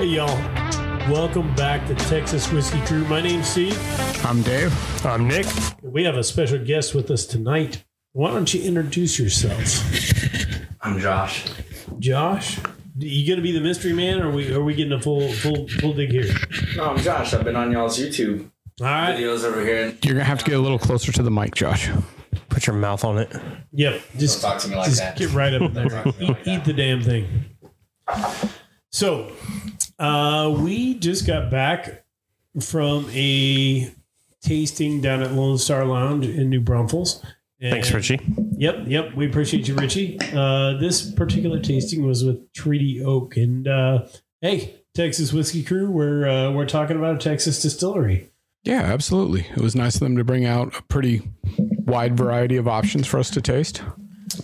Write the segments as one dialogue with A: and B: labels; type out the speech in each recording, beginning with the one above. A: y'all. Welcome back to Texas Whiskey Crew. My name's Steve.
B: I'm Dave.
C: I'm Nick.
A: We have a special guest with us tonight. Why don't you introduce yourself,
D: I'm Josh.
A: Josh? You gonna be the mystery man, or are we are we getting a full full full dig here?
D: No, I'm Josh. I've been on y'all's YouTube
A: All right.
D: videos over here.
B: You're gonna have to get a little closer to the mic, Josh.
C: Put your mouth on it.
A: Yep.
D: Don't
A: Just
D: talk to me like
A: just
D: that.
A: get right up there.
D: Talk to me like
A: eat
D: that.
A: the damn thing. So, uh, we just got back from a tasting down at Lone Star Lounge in New Braunfels. And-
C: Thanks, Richie.
A: Yep, yep. We appreciate you, Richie. Uh, this particular tasting was with Treaty Oak, and uh, hey, Texas Whiskey Crew, we're uh, we're talking about a Texas distillery.
B: Yeah, absolutely. It was nice of them to bring out a pretty wide variety of options for us to taste.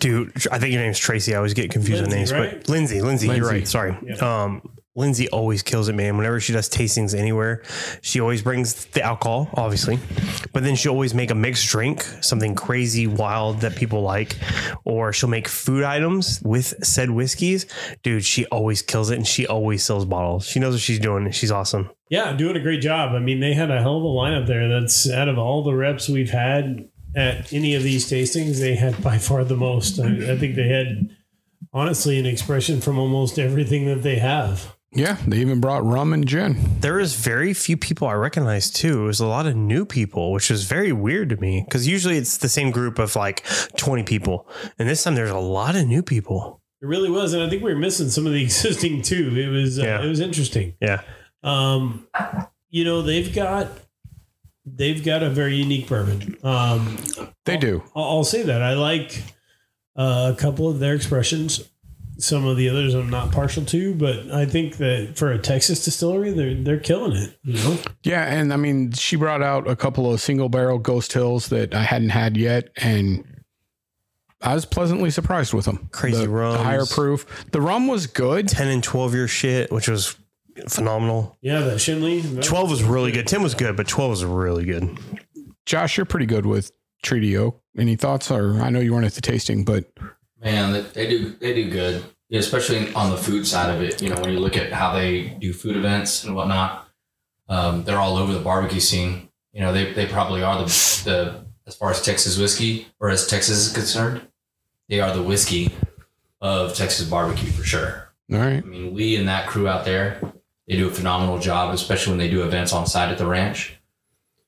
C: Dude, I think your name's Tracy. I always get confused with
A: Lindsay,
C: names,
A: right?
C: but Lindsay, Lindsay, you're
B: Lindsay.
C: right. Sorry. Um, Lindsay always kills it, man. Whenever she does tastings anywhere, she always brings the alcohol, obviously, but then she always make a mixed drink, something crazy wild that people like, or she'll make food items with said whiskeys. Dude, she always kills it, and she always sells bottles. She knows what she's doing. and She's awesome.
A: Yeah, doing a great job. I mean, they had a hell of a lineup there. That's out of all the reps we've had at any of these tastings, they had by far the most. I, I think they had honestly an expression from almost everything that they have.
B: Yeah, they even brought rum and gin.
C: there was very few people I recognized too. It was a lot of new people, which was very weird to me because usually it's the same group of like 20 people. And this time there's a lot of new people.
A: It really was, and I think we were missing some of the existing too. It was uh,
C: Yeah.
A: it was interesting.
C: Yeah.
A: Um, you know, they've got they've got a very unique bourbon. Um,
B: They do.
A: I'll, I'll say that I like uh, a couple of their expressions. Some of the others I'm not partial to, but I think that for a Texas distillery, they're they're killing it. You know,
B: Yeah, and I mean, she brought out a couple of single barrel Ghost Hills that I hadn't had yet, and I was pleasantly surprised with them.
C: Crazy
B: the,
C: rums.
B: the higher proof. The rum was good.
C: 10 and 12 year shit, which was phenomenal.
A: yeah, that Shinley that-
C: 12 was really good. 10 was good, but 12 was really good.
B: Josh, you're pretty good with Treaty Oak. Any thoughts? Or I know you weren't at the tasting, but
D: Man, they- they do they do good, yeah, especially on the food side of it. You know, when you look at how they do food events and whatnot, um, they're all over the barbecue scene. You know, they, they probably are the, the as far as Texas whiskey or as Texas is concerned, they are the whiskey of Texas barbecue for sure.
B: all right.
D: I mean, Lee and that crew out there, they do a phenomenal job, especially when they do events on site at the ranch.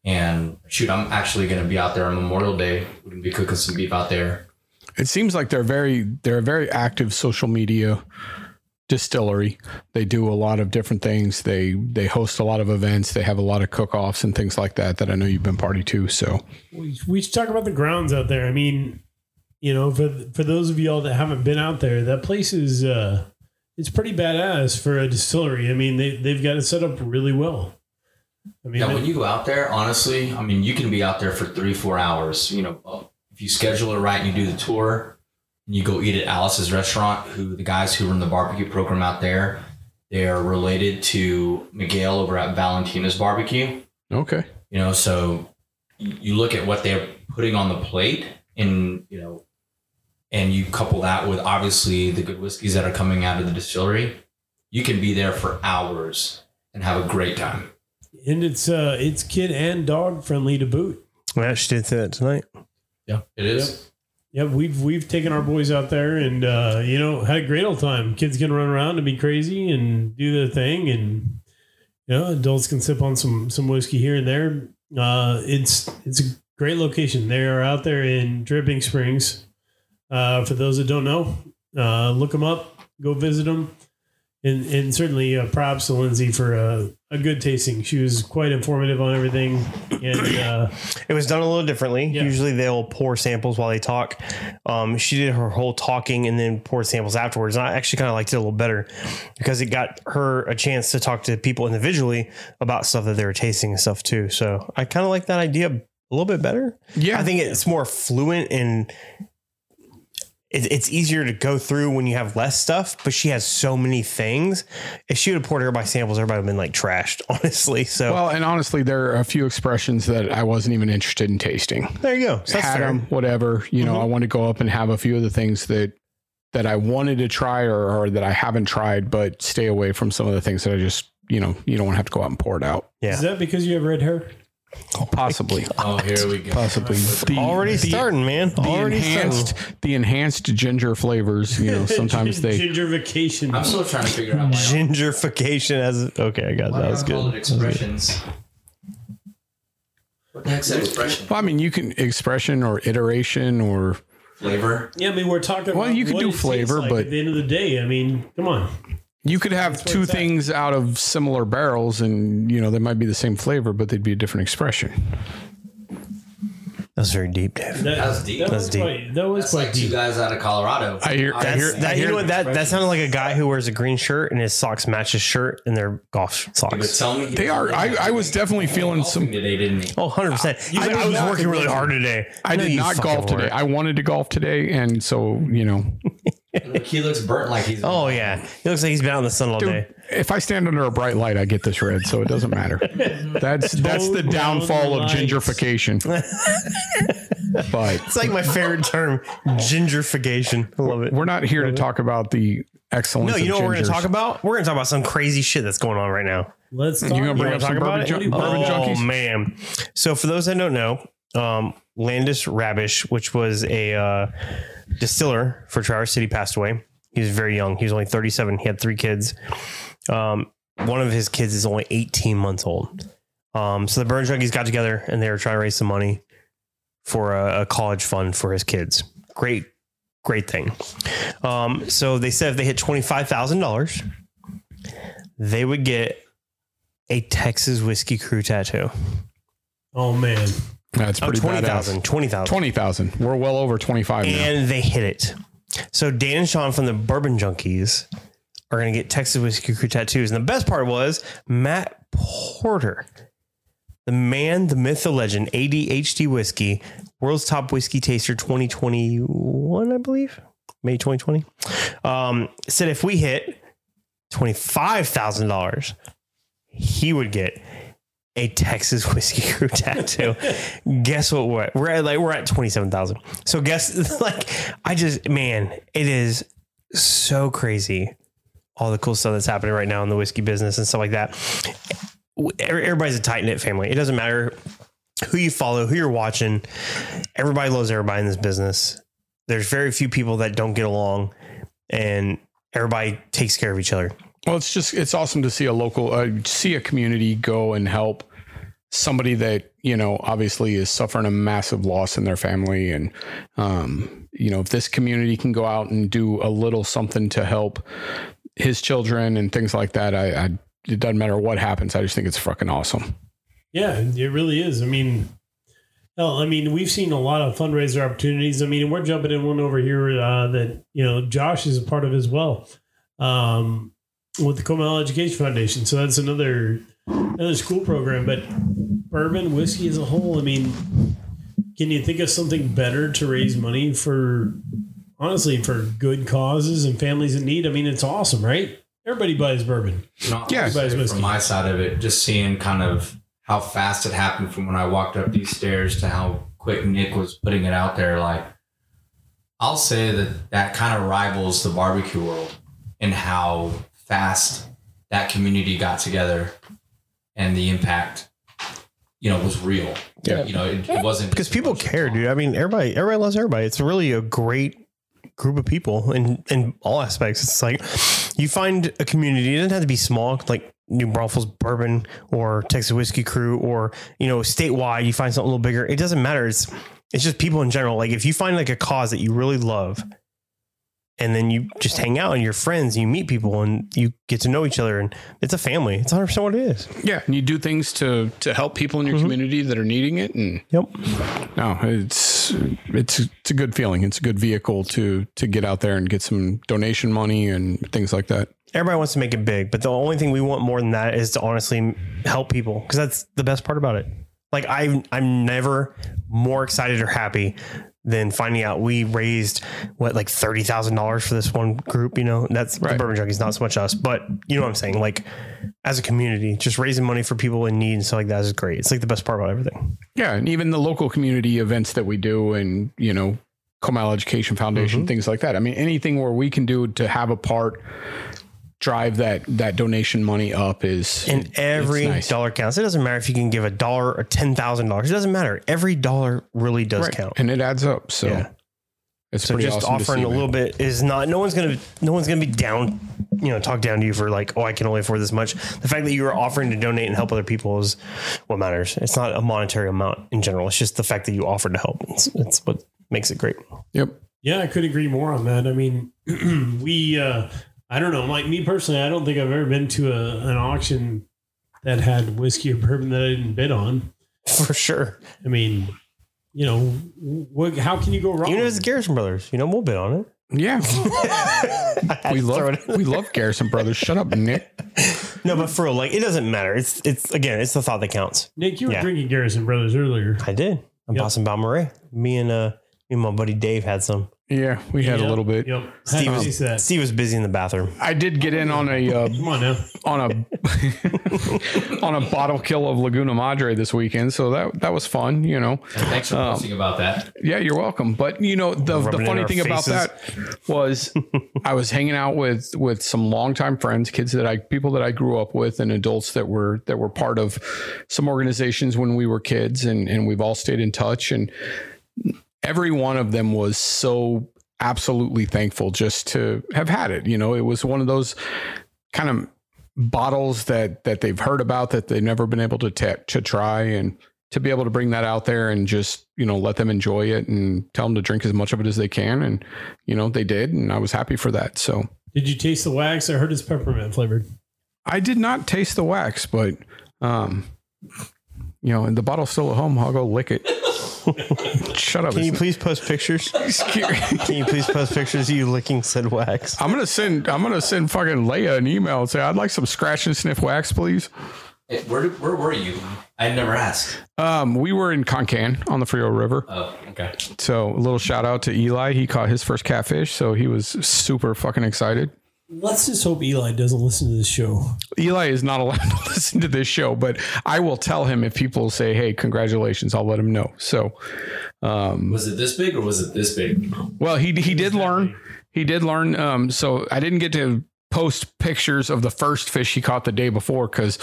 D: And shoot, I'm actually going to be out there on Memorial Day. We're going to be cooking some beef out there.
B: It seems like they're very they're a very active social media distillery. They do a lot of different things. They they host a lot of events. They have a lot of cook-offs and things like that that I know you've been party to. So
A: we, we should talk about the grounds out there. I mean, you know, for for those of y'all that haven't been out there, that place is uh, it's pretty badass for a distillery. I mean, they they've got it set up really well. I mean,
D: Yeah, when you go out there, honestly, I mean, you can be out there for three, four hours. You know, if you schedule it right and you do the tour and you go eat at Alice's restaurant, who the guys who run the barbecue program out there, they are related to Miguel over at Valentina's Barbecue.
B: okay.
D: you know so you you look at what they're putting on the plate and you know and you couple that with obviously the good whiskeys that are coming out of the distillery you can be there for hours and have a great time
A: and it's uh, it's kid and dog friendly to boot.
C: Yeah, she did say that tonight.
D: yeah it is
A: Yep, we've we've taken our boys out there and uh, you know had a great old time. Kids can run around and be crazy and do their thing, and you know adults can sip on some some whiskey here and there. Uh, it's it's a great location. They are out there in Dripping Springs. Uh, for those that don't know, uh, look them up, go visit them, and and certainly uh, props to Lindsay for a, a good tasting. She was quite informative on everything, and uh,
C: It was done a little differently.
A: Yeah.
C: Usually they'll pour samples while they talk. Um, she did her whole talking and then poured samples afterwards. And I actually kind of liked it a little better because it got her a chance to talk to people individually about stuff that they were tasting and stuff too. So I kind of like that idea a little bit better.
B: Yeah.
C: I think it's more fluent and it, it's easier to go through when you have less stuff. But she has so many things. If she would have poured everybody samples, everybody would have been like trashed, honestly. So
B: well, and honestly, there are a few expressions that I wasn't even interested in tasting.
C: there you go. So that's
B: had
C: fair.
B: Mm-hmm. them, whatever. You know, I want to go up and have a few of the things that that I wanted to try or, or that I haven't tried, but stay away from some of the things that I just, you know, you don't want to have to go out and pour it out.
A: Is
C: Yeah.
A: that because you have red hair?
B: Possibly,
D: Oh, here we go.
B: possibly. The-
C: Already
B: the-
C: starting, man.
B: The
C: Already
B: enhanced,
C: starting.
B: the enhanced ginger flavors. You know, sometimes they
A: ginger vacation.
D: I'm still trying to figure out why.
C: Gingerification as okay, I got
D: Why
C: that.
D: do
C: was
D: I call
C: good.
D: it expressions? What the heck's that expression?
B: Well, I mean, you can expression or iteration or
D: Flavor?
A: yeah, I mean, we're talking.
B: Well,
A: about
B: you could
A: what
B: do
A: it tastes
B: flavor,
A: like
B: but-
A: at the end of the day, I mean, come on.
B: you could have two
A: it's at.
B: things out of similar barrels and you know, they might be the same flavor, but they'd be a different expression.
C: That's very deep, Dave.
A: That,
D: That's deep.
A: That
D: That's
A: was
C: deep.
A: quite. That was
D: That's
A: quite
D: like two
A: deep.
D: guys out of Colorado.
B: I hear- I hear-
D: Obviously.
C: That, you know what that that sounded like a guy who wears a green shirt and his socks match his shirt and their golf
D: But
C: socks.
D: tell me,
B: They are, I, I was definitely feeling some,
D: today, didn't he?
C: Oh, 100 percent.
B: I
C: I,
B: did
C: was
B: not-
C: working really hard today.
B: I
C: No,
B: did
C: you
B: not
C: fucking
B: golf today.
C: weren't.
B: I wanted to golf today. And so, you know,
D: Look, he looks burnt like he's.
C: Oh yeah, he looks like he's been out in the sun all day.
B: if I stand under a bright light, I get this red. So it doesn't matter. That's, that's the
A: Tone
B: downfall of
A: lights.
B: gingerification. But
C: It's like my favorite term, gingerification. I love it.
B: we're not here to talk about the excellence.
C: No, you know what we're going
B: going
C: to talk about? We're going to talk about some crazy shit that's going on right now.
A: Let's talk.
B: You gonna
C: You
B: bring up
C: want to talk
B: some
C: about
B: bourbon,
C: it?
B: jun- bourbon
C: oh
B: junkies?
C: man! So for those that don't know, um, Landis Rabish, which was a uh, distiller for Traverse City, passed away. He was very young. He was only 37. He had three kids. Um, one of his kids is only 18 months old. Um, so the Burn Junkies got together and they were trying to raise some money for a, a college fund for his kids. Great, great thing. Um, so they said if they hit $25,000, they would get a Texas whiskey crew tattoo.
A: Oh man,
B: That's
C: Oh,
B: pretty badass.
C: 20,000, 20,000.
B: 20,000. We're well over 25 now.
C: And they hit it. So Dan and Sean from the Bourbon Junkies are going to get Texas whiskey crew tattoos. And the best part was Matt Porter, the man, the myth, the legend, ADHD whiskey, world's top whiskey taster 2021, I believe, May 2020, um, said if we hit $25,000, he would get a Texas whiskey crew tattoo. guess what? We're at? we're at like we're at twenty seven thousand. So guess like I just man, it is so crazy. All the cool stuff that's happening right now in the whiskey business and stuff like that. Every- Everybody's a tight knit family. It doesn't matter who you follow, who you're watching. Everybody loves everybody in this business. There's very few people that don't get along, and everybody takes care of each other.
B: Well, it's just it's awesome to see a local, uh, see a community go and help somebody that you know obviously is suffering a massive loss in their family, and um, you know if this community can go out and do a little something to help his children and things like that, I, I it doesn't matter what happens. I just think it's fucking awesome.
A: yeah, it really is. I mean, hell, I mean, we've seen a lot of fundraiser opportunities. I mean, we're jumping in one over here uh, that you know Josh is a part of as well um, with the Comal Education Foundation. So that's another another school program. But bourbon whiskey as a whole, I mean, can you think of something better to raise money for? Honestly, for good causes and families in need. I mean, it's awesome, right? Everybody buys bourbon.
D: Not
B: Yeah.
D: necessarily from my side of it, just seeing kind of how fast it happened from when I walked up these stairs to how quick Nick was putting it out there. Like, I'll say that that kind of rivals the barbecue world in how fast that community got together and the impact, you know, was real.
B: Yeah.
D: You know, it, it wasn't
C: because people care, dude. I mean, everybody, everybody loves everybody. It's really a great group of people in in all aspects. It's like you find a community. It doesn't have to be small, like New Braunfels Bourbon or Texas Whiskey Crew, or you know, statewide. You find something a little bigger. It doesn't matter. It's it's just people in general. Like if you find like a cause that you really love. And then you just hang out and you're friends, and you meet people and you get to know each other, and it's a family. It's 100% what it is.
B: Yeah, and you do things to to help people in
C: Mm-hmm.
B: your community that are needing it, and
C: Yep.
B: no, it's it's it's a good feeling. It's a good vehicle to to get out there and get some donation money and things like that.
C: everybody wants to make it big, but the only thing we want more than that is to honestly help people because that's the best part about it. Like I, I'm never more excited or happy than finding out we raised what like thirty thousand dollars for this one group. You know, that's the
B: Right.
C: Bourbon Junkies, not so much us, but you know what I'm saying. Like as a community, just raising money for people in need and stuff like that is great. It's like the best part about everything.
B: Yeah, and even the local community events that we do, and you know, Carmel Education Foundation, things like that. I mean, anything where we can do to have a part drive that that donation money up is
C: And every
B: nice.
C: dollar counts. It doesn't matter if you can give a dollar or ten thousand dollars. It doesn't matter. Every dollar really does
B: Right.
C: count.
B: and it adds up. So
C: Yeah.
B: it's
C: So
B: pretty
C: just
B: awesome to
C: offering
B: see,
C: a
B: man.
C: little bit is not. No one's gonna. No one's gonna be down. You know, talk down to you for like, oh, I can only afford this much. The fact that you are offering to donate and help other people is what matters. It's not a monetary amount in general. It's just the fact that you offered to help. It's, it's what makes it great.
B: Yep.
A: Yeah, I could agree more on that. I mean, we, uh, I don't know, like me personally, I don't think I've ever been to a, an auction that had whiskey or bourbon that I didn't bid on.
C: For sure.
A: I mean, you know, what, how can you go wrong?
C: Even if it's Garrison Brothers, you know, we'll bid on it.
B: Yeah. we
C: Throw
B: love
C: it-
B: we love Garrison Brothers. Shut up, Nick.
C: no, but for real, like it doesn't matter. It's it's again, it's the thought that counts.
A: Nick, you were
C: Yeah.
A: drinking Garrison Brothers earlier.
C: I did. I'm
A: Yep.
C: passing by Marais. Me and uh me and my buddy Dave had some.
B: Yeah, we had
A: Yep,
B: a little bit.
A: Yep.
C: Steve
A: How do
C: was-
A: you say that?
C: Steve was busy in the bathroom.
B: I did get in on a uh,
A: Come on now.
B: on a on a bottle kill of Laguna Madre this weekend, so that that was fun. You know,
D: And thanks for posting about that.
B: yeah, you're welcome. But you know, the,
C: Rubbing
B: the
C: it in
B: funny
C: our
B: thing about that was I was hanging out with with some longtime friends, kids that I people that I grew up with, and adults that were that were part of some organizations when we were kids, and and we've all stayed in touch. And every one of them was so absolutely thankful just to have had it. You know, it was one of those kind of bottles that that they've heard about that they've never been able to ta- to try and to be able to bring that out there and just you know let them enjoy it and tell them to drink as much of it as they can and you know they did and I was happy for that so
A: Did you taste the wax? I heard it's peppermint flavored.
B: I did not taste the wax but um you know and the bottle's still at home I'll go lick it shut up
C: Can you
B: it's-
C: please post pictures?
B: it's cute.
C: Can you please post pictures of you licking said wax?
B: I'm gonna send I'm gonna send fucking Leia an email and say I'd like some scratch and sniff wax please
D: Hey, Where, do- where were you? I never asked.
B: um we were in Concan on the Frio River
D: Oh, okay.
B: So a little shout out to Eli. He caught his first catfish, so he was super fucking excited.
A: Let's just hope Eli doesn't listen to this show.
B: Eli is not allowed to listen to this show, but I will tell him if people say, "Hey, congratulations," I'll let him know. So,
D: Was it this big or was it this big?
B: well, he he did learn. He did learn. Um, so I didn't get to post pictures of the first fish he caught the day before because,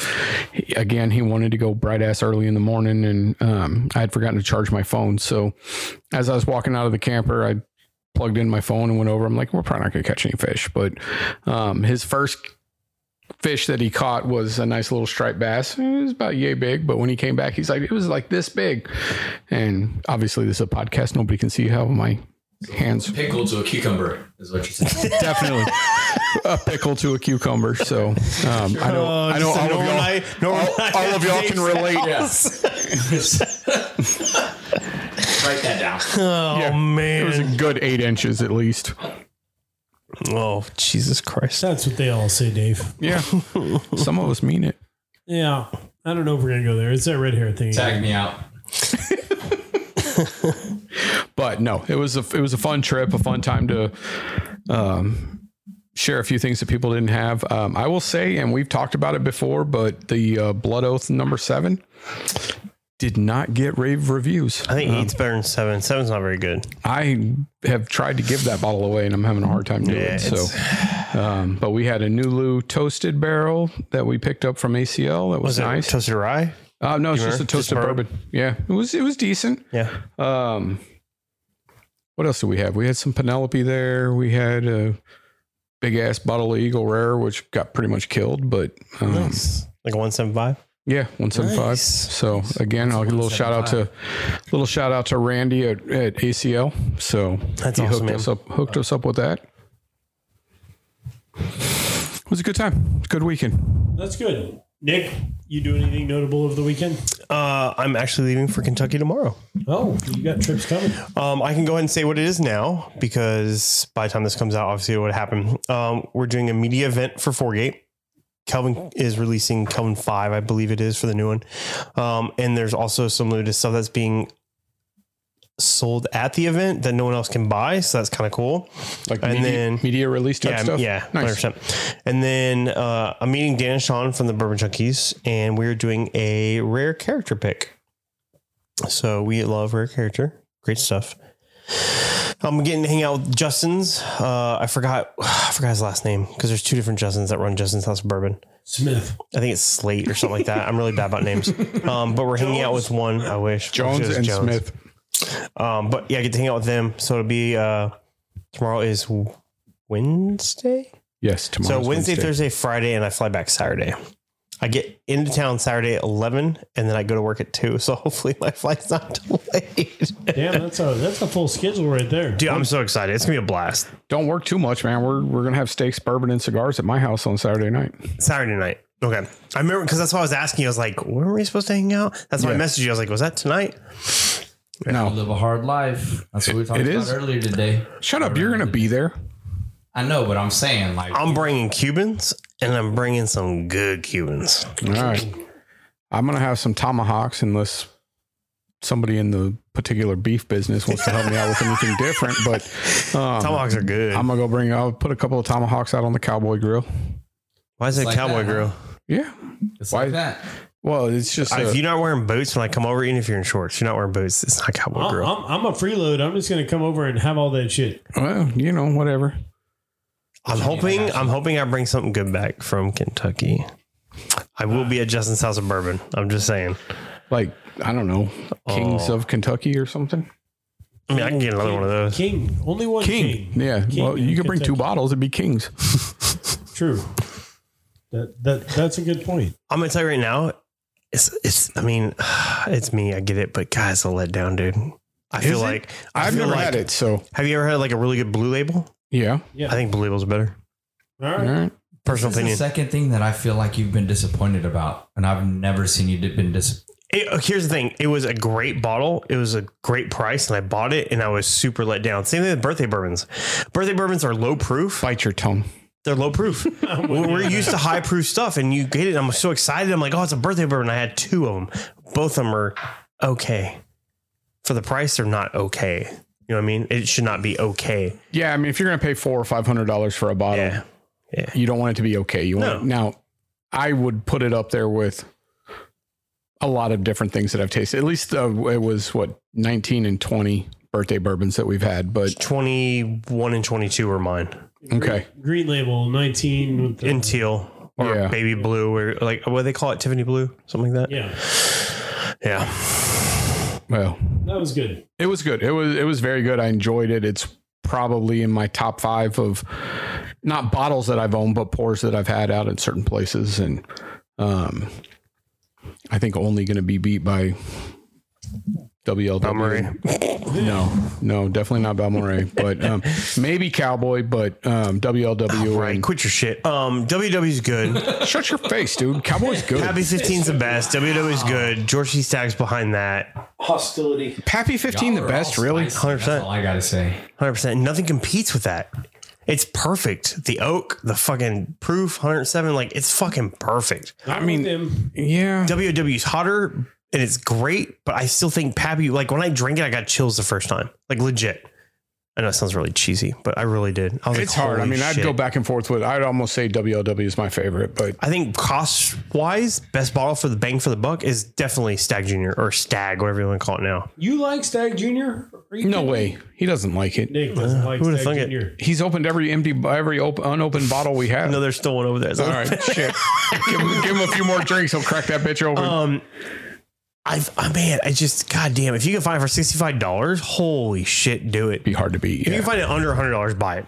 B: again, he wanted to go bright ass early in the morning, and um, I had forgotten to charge my phone. So, as I was walking out of the camper, I plugged in my phone and went over. I'm like, we're probably not gonna catch any fish, but um, his first fish that he caught was a nice little striped bass. It was about yay big, but when he came back, he's like, it was like this big. And obviously, this is a podcast; nobody can see how my hands
D: Pickle to a cucumber is what you said.
B: definitely a pickle to a cucumber. So um, I know I know all of y'all. all- all of y'all can relate.
D: Write that down.
C: Oh
B: Yeah. It was a
C: man!
B: good eight inches at least.
C: Oh Jesus Christ!
A: That's what they all say, Dave.
B: Yeah, some of us mean it.
A: Yeah. I don't know if we're going to go there. It's that red hair thing.
D: Tag me out.
B: but no, it was a it was a fun trip, a fun time to um, share a few things that people didn't have. Um, I will say, and we've talked about it before, but the uh, Blood Oath number seven did not get rave reviews.
C: I think eight's better than seven. Seven's not very good.
B: I have tried to give that bottle away, and I'm having a hard time doing
C: Yeah,
B: it. So, um, but we had a Nulu toasted barrel that we picked up from ACL. That was,
C: it
B: nice.
C: toasted rye?
B: uh, no, it's just a
C: remember? Just
B: toasted bourbon. Yeah, it was it was decent.
C: Yeah.
B: Um, what else do we have? We had some Penelope there. We had a big ass bottle of Eagle Rare, which got pretty much killed. But
C: Hmm.
B: um,
C: Like a one seven five.
B: yeah, one seventy five.
C: Nice.
B: So again, I'll give a little shout out to little shout out to Randy at, at ACL. So
C: That's
B: he
C: awesome,
B: hooked
C: man.
B: us up hooked us up with that. It was a good time. Good weekend.
A: That's good. Nick, you do anything notable over the weekend?
C: Uh, I'm actually leaving for Kentucky tomorrow.
A: Oh, you got trips coming.
C: Um, I can go ahead and say what it is now because by the time this comes out, obviously it would happen. Um, we're doing a media event for Fourgate. Kelvin is releasing Kelvin 5, I believe it is, for the new one. Um, and there's also some limited stuff that's being sold at the event that no one else can buy. So that's kind of cool.
B: Like
C: And
B: media,
C: then-
B: media release type
C: yeah,
B: stuff.
C: Yeah,
B: nice.
C: 100%. And then uh, I'm meeting Dan and Sean from the Bourbon Junkies, and we're doing a rare character pick. So we love rare character. Great stuff. I'm getting to hang out with Justin's. Uh, I forgot I forgot his last name because there's two different Justins that run Justin's House of Bourbon.
A: Smith.
C: I think it's Slate or something like that. I'm really bad about names. Um, but we're hanging out with one. I wish
B: Jones
C: Wish it was
B: and Smith.
C: Um, but yeah, I get to hang out with them. So it'll be uh, tomorrow is Wednesday.
B: Yes,
C: So
B: tomorrow.
C: Wednesday, Thursday, Friday, and I fly back Saturday. I get into town Saturday at eleven, and then I go to work at two. So hopefully my flight's not delayed.
A: Damn, that's a that's a full schedule right there.
C: Dude, I'm so excited! It's gonna be a blast.
B: Don't work too much, man. We're we're gonna have steaks, bourbon, and cigars at my house on Saturday night.
C: Saturday night. Okay, I remember because that's why I was asking. you. I was like, "Where are we supposed to hang out?" That's why I
B: Yeah.
C: messaged you. I was like, "Was that tonight?"
D: I
B: No,
D: live a hard life. That's what we talked
B: it
D: about
B: is.
D: earlier today.
B: shut up. You're gonna be there.
D: I know, but I'm saying like
B: Um,
C: I'm bringing Cubans, and I'm bringing some good Cubans.
B: All right. I'm gonna have some tomahawks unless somebody in the particular beef business wants to help me out with anything different. But um,
C: Tomahawks are good.
B: I'm gonna go bring. I'll put a couple of tomahawks out on the cowboy grill.
C: why is it
D: It's like
C: cowboy
D: that,
C: grill?
B: Yeah.
D: it's
B: why-
D: like that.
B: Well, it's just
C: Uh,
B: a-
C: if you're not wearing boots when I come over, even if you're in shorts, you're not wearing boots. It's not cowboy
D: Uh-uh.
A: I'm,
C: grill.
A: I'm, I'm a freeload. I'm just gonna come over and have all that shit.
B: well, you know, whatever.
C: I'm hoping. I'm hoping I bring something good back from Kentucky. I will be at Justin's house of bourbon. I'm just saying.
B: Like I don't know, kings
C: Oh.
B: of Kentucky or something.
C: I mean, I can get another one of those.
A: King, only one king.
B: King. Yeah.
A: King
B: well, you
A: in
B: could bring two
A: Kentucky.
B: bottles. It'd be kings.
A: True. That that that's a good point.
C: I'm gonna tell you right now. It's. It's. I mean, it's me. I get it, but God, it's a letdown, dude. I feel
B: it?
C: like I
B: I've
C: feel
B: never
C: like-
B: had it, so
C: Have you ever had like a really good blue label?
B: yeah.
A: Yeah.
C: I think blue label's better.
A: all
B: All
A: right.
B: right.
C: Personal
D: This is the
C: opinion.
D: second thing that I feel like you've been disappointed about, and I've never seen you been disappointed.
C: It- here's the thing. It was a great bottle. It was a great price, and I bought it, and I was super let down. Same thing with birthday bourbons. Birthday bourbons are low proof.
B: Bite your tongue.
C: they're low proof. we're we're used to high proof stuff, and you get it. I'm so excited. I'm like, oh, it's a birthday bourbon. I had two of them. Both of them are okay. For the price, they're not okay. You know what I mean? It should not be okay.
B: Yeah, I mean, if you're gonna pay four or five hundred dollars for a bottle,
C: Yeah.
B: you don't want it to be okay. You want it,
C: No.
B: now. I would put it up there with a lot of different things that I've tasted. At least uh, it was what nineteen and twenty birthday bourbons that we've had. But
C: 21 and 22 are mine
B: okay,
A: Green label nineteen. With the,
C: in teal or
B: Yeah.
C: baby blue or like what do they call it? Tiffany blue, something like that.
A: yeah,
C: Yeah.
B: well,
A: that was good.
B: it was good. It was it was very good. I enjoyed it. It's probably in my top five of not bottles that I've owned, but pours that I've had out at certain places, and um, I think only going to be beat by WLW.
C: Murray.
B: No, no, definitely not Balmoray, but um, maybe Cowboy, but um, WLW.
C: Right. Quit your shit. Um, WW's good.
B: and- shut your face, dude. Cowboy's good.
C: Happy 15's the best. WW's good. George C. Stack's behind that.
A: Hostility.
B: Pappy 15, the best, really?
C: 100%.
D: That's all I gotta say.
C: Hundred percent. Nothing competes with that. It's perfect. The oak, the fucking proof, hundred seven. Like it's fucking perfect.
A: I mean,
B: mean-
A: them.
B: Yeah.
C: WW's hotter and it's great, but I still think Pappy. Like when I drank it, I got chills the first time. Like legit. I know it sounds really cheesy, but I really did. I was
B: It's
C: like,
B: hard. I
C: holy
B: mean, I'd
C: shit.
B: go back and forth with, I'd almost say WLW is my favorite, but
C: I think cost wise, best bottle for the bang for the buck is definitely Stag Junior or Stag, whatever you want to call it now.
A: You like Stag Junior?
B: no way. He doesn't like it.
A: Nick doesn't like
C: Uh, who would've
A: Stag
C: thunk it?
A: Junior.
B: He's opened every empty, every op- unopened bottle we have.
C: No, there's still one over there. It's
B: All right, shit. give, him, give him a few more drinks. He'll crack that bitch open.
C: Um, I've, oh man, I just, goddamn, if you can find it for $65, holy shit, do it.
B: Be hard to beat.
C: If you
B: Yeah.
C: can find it under $100, buy it.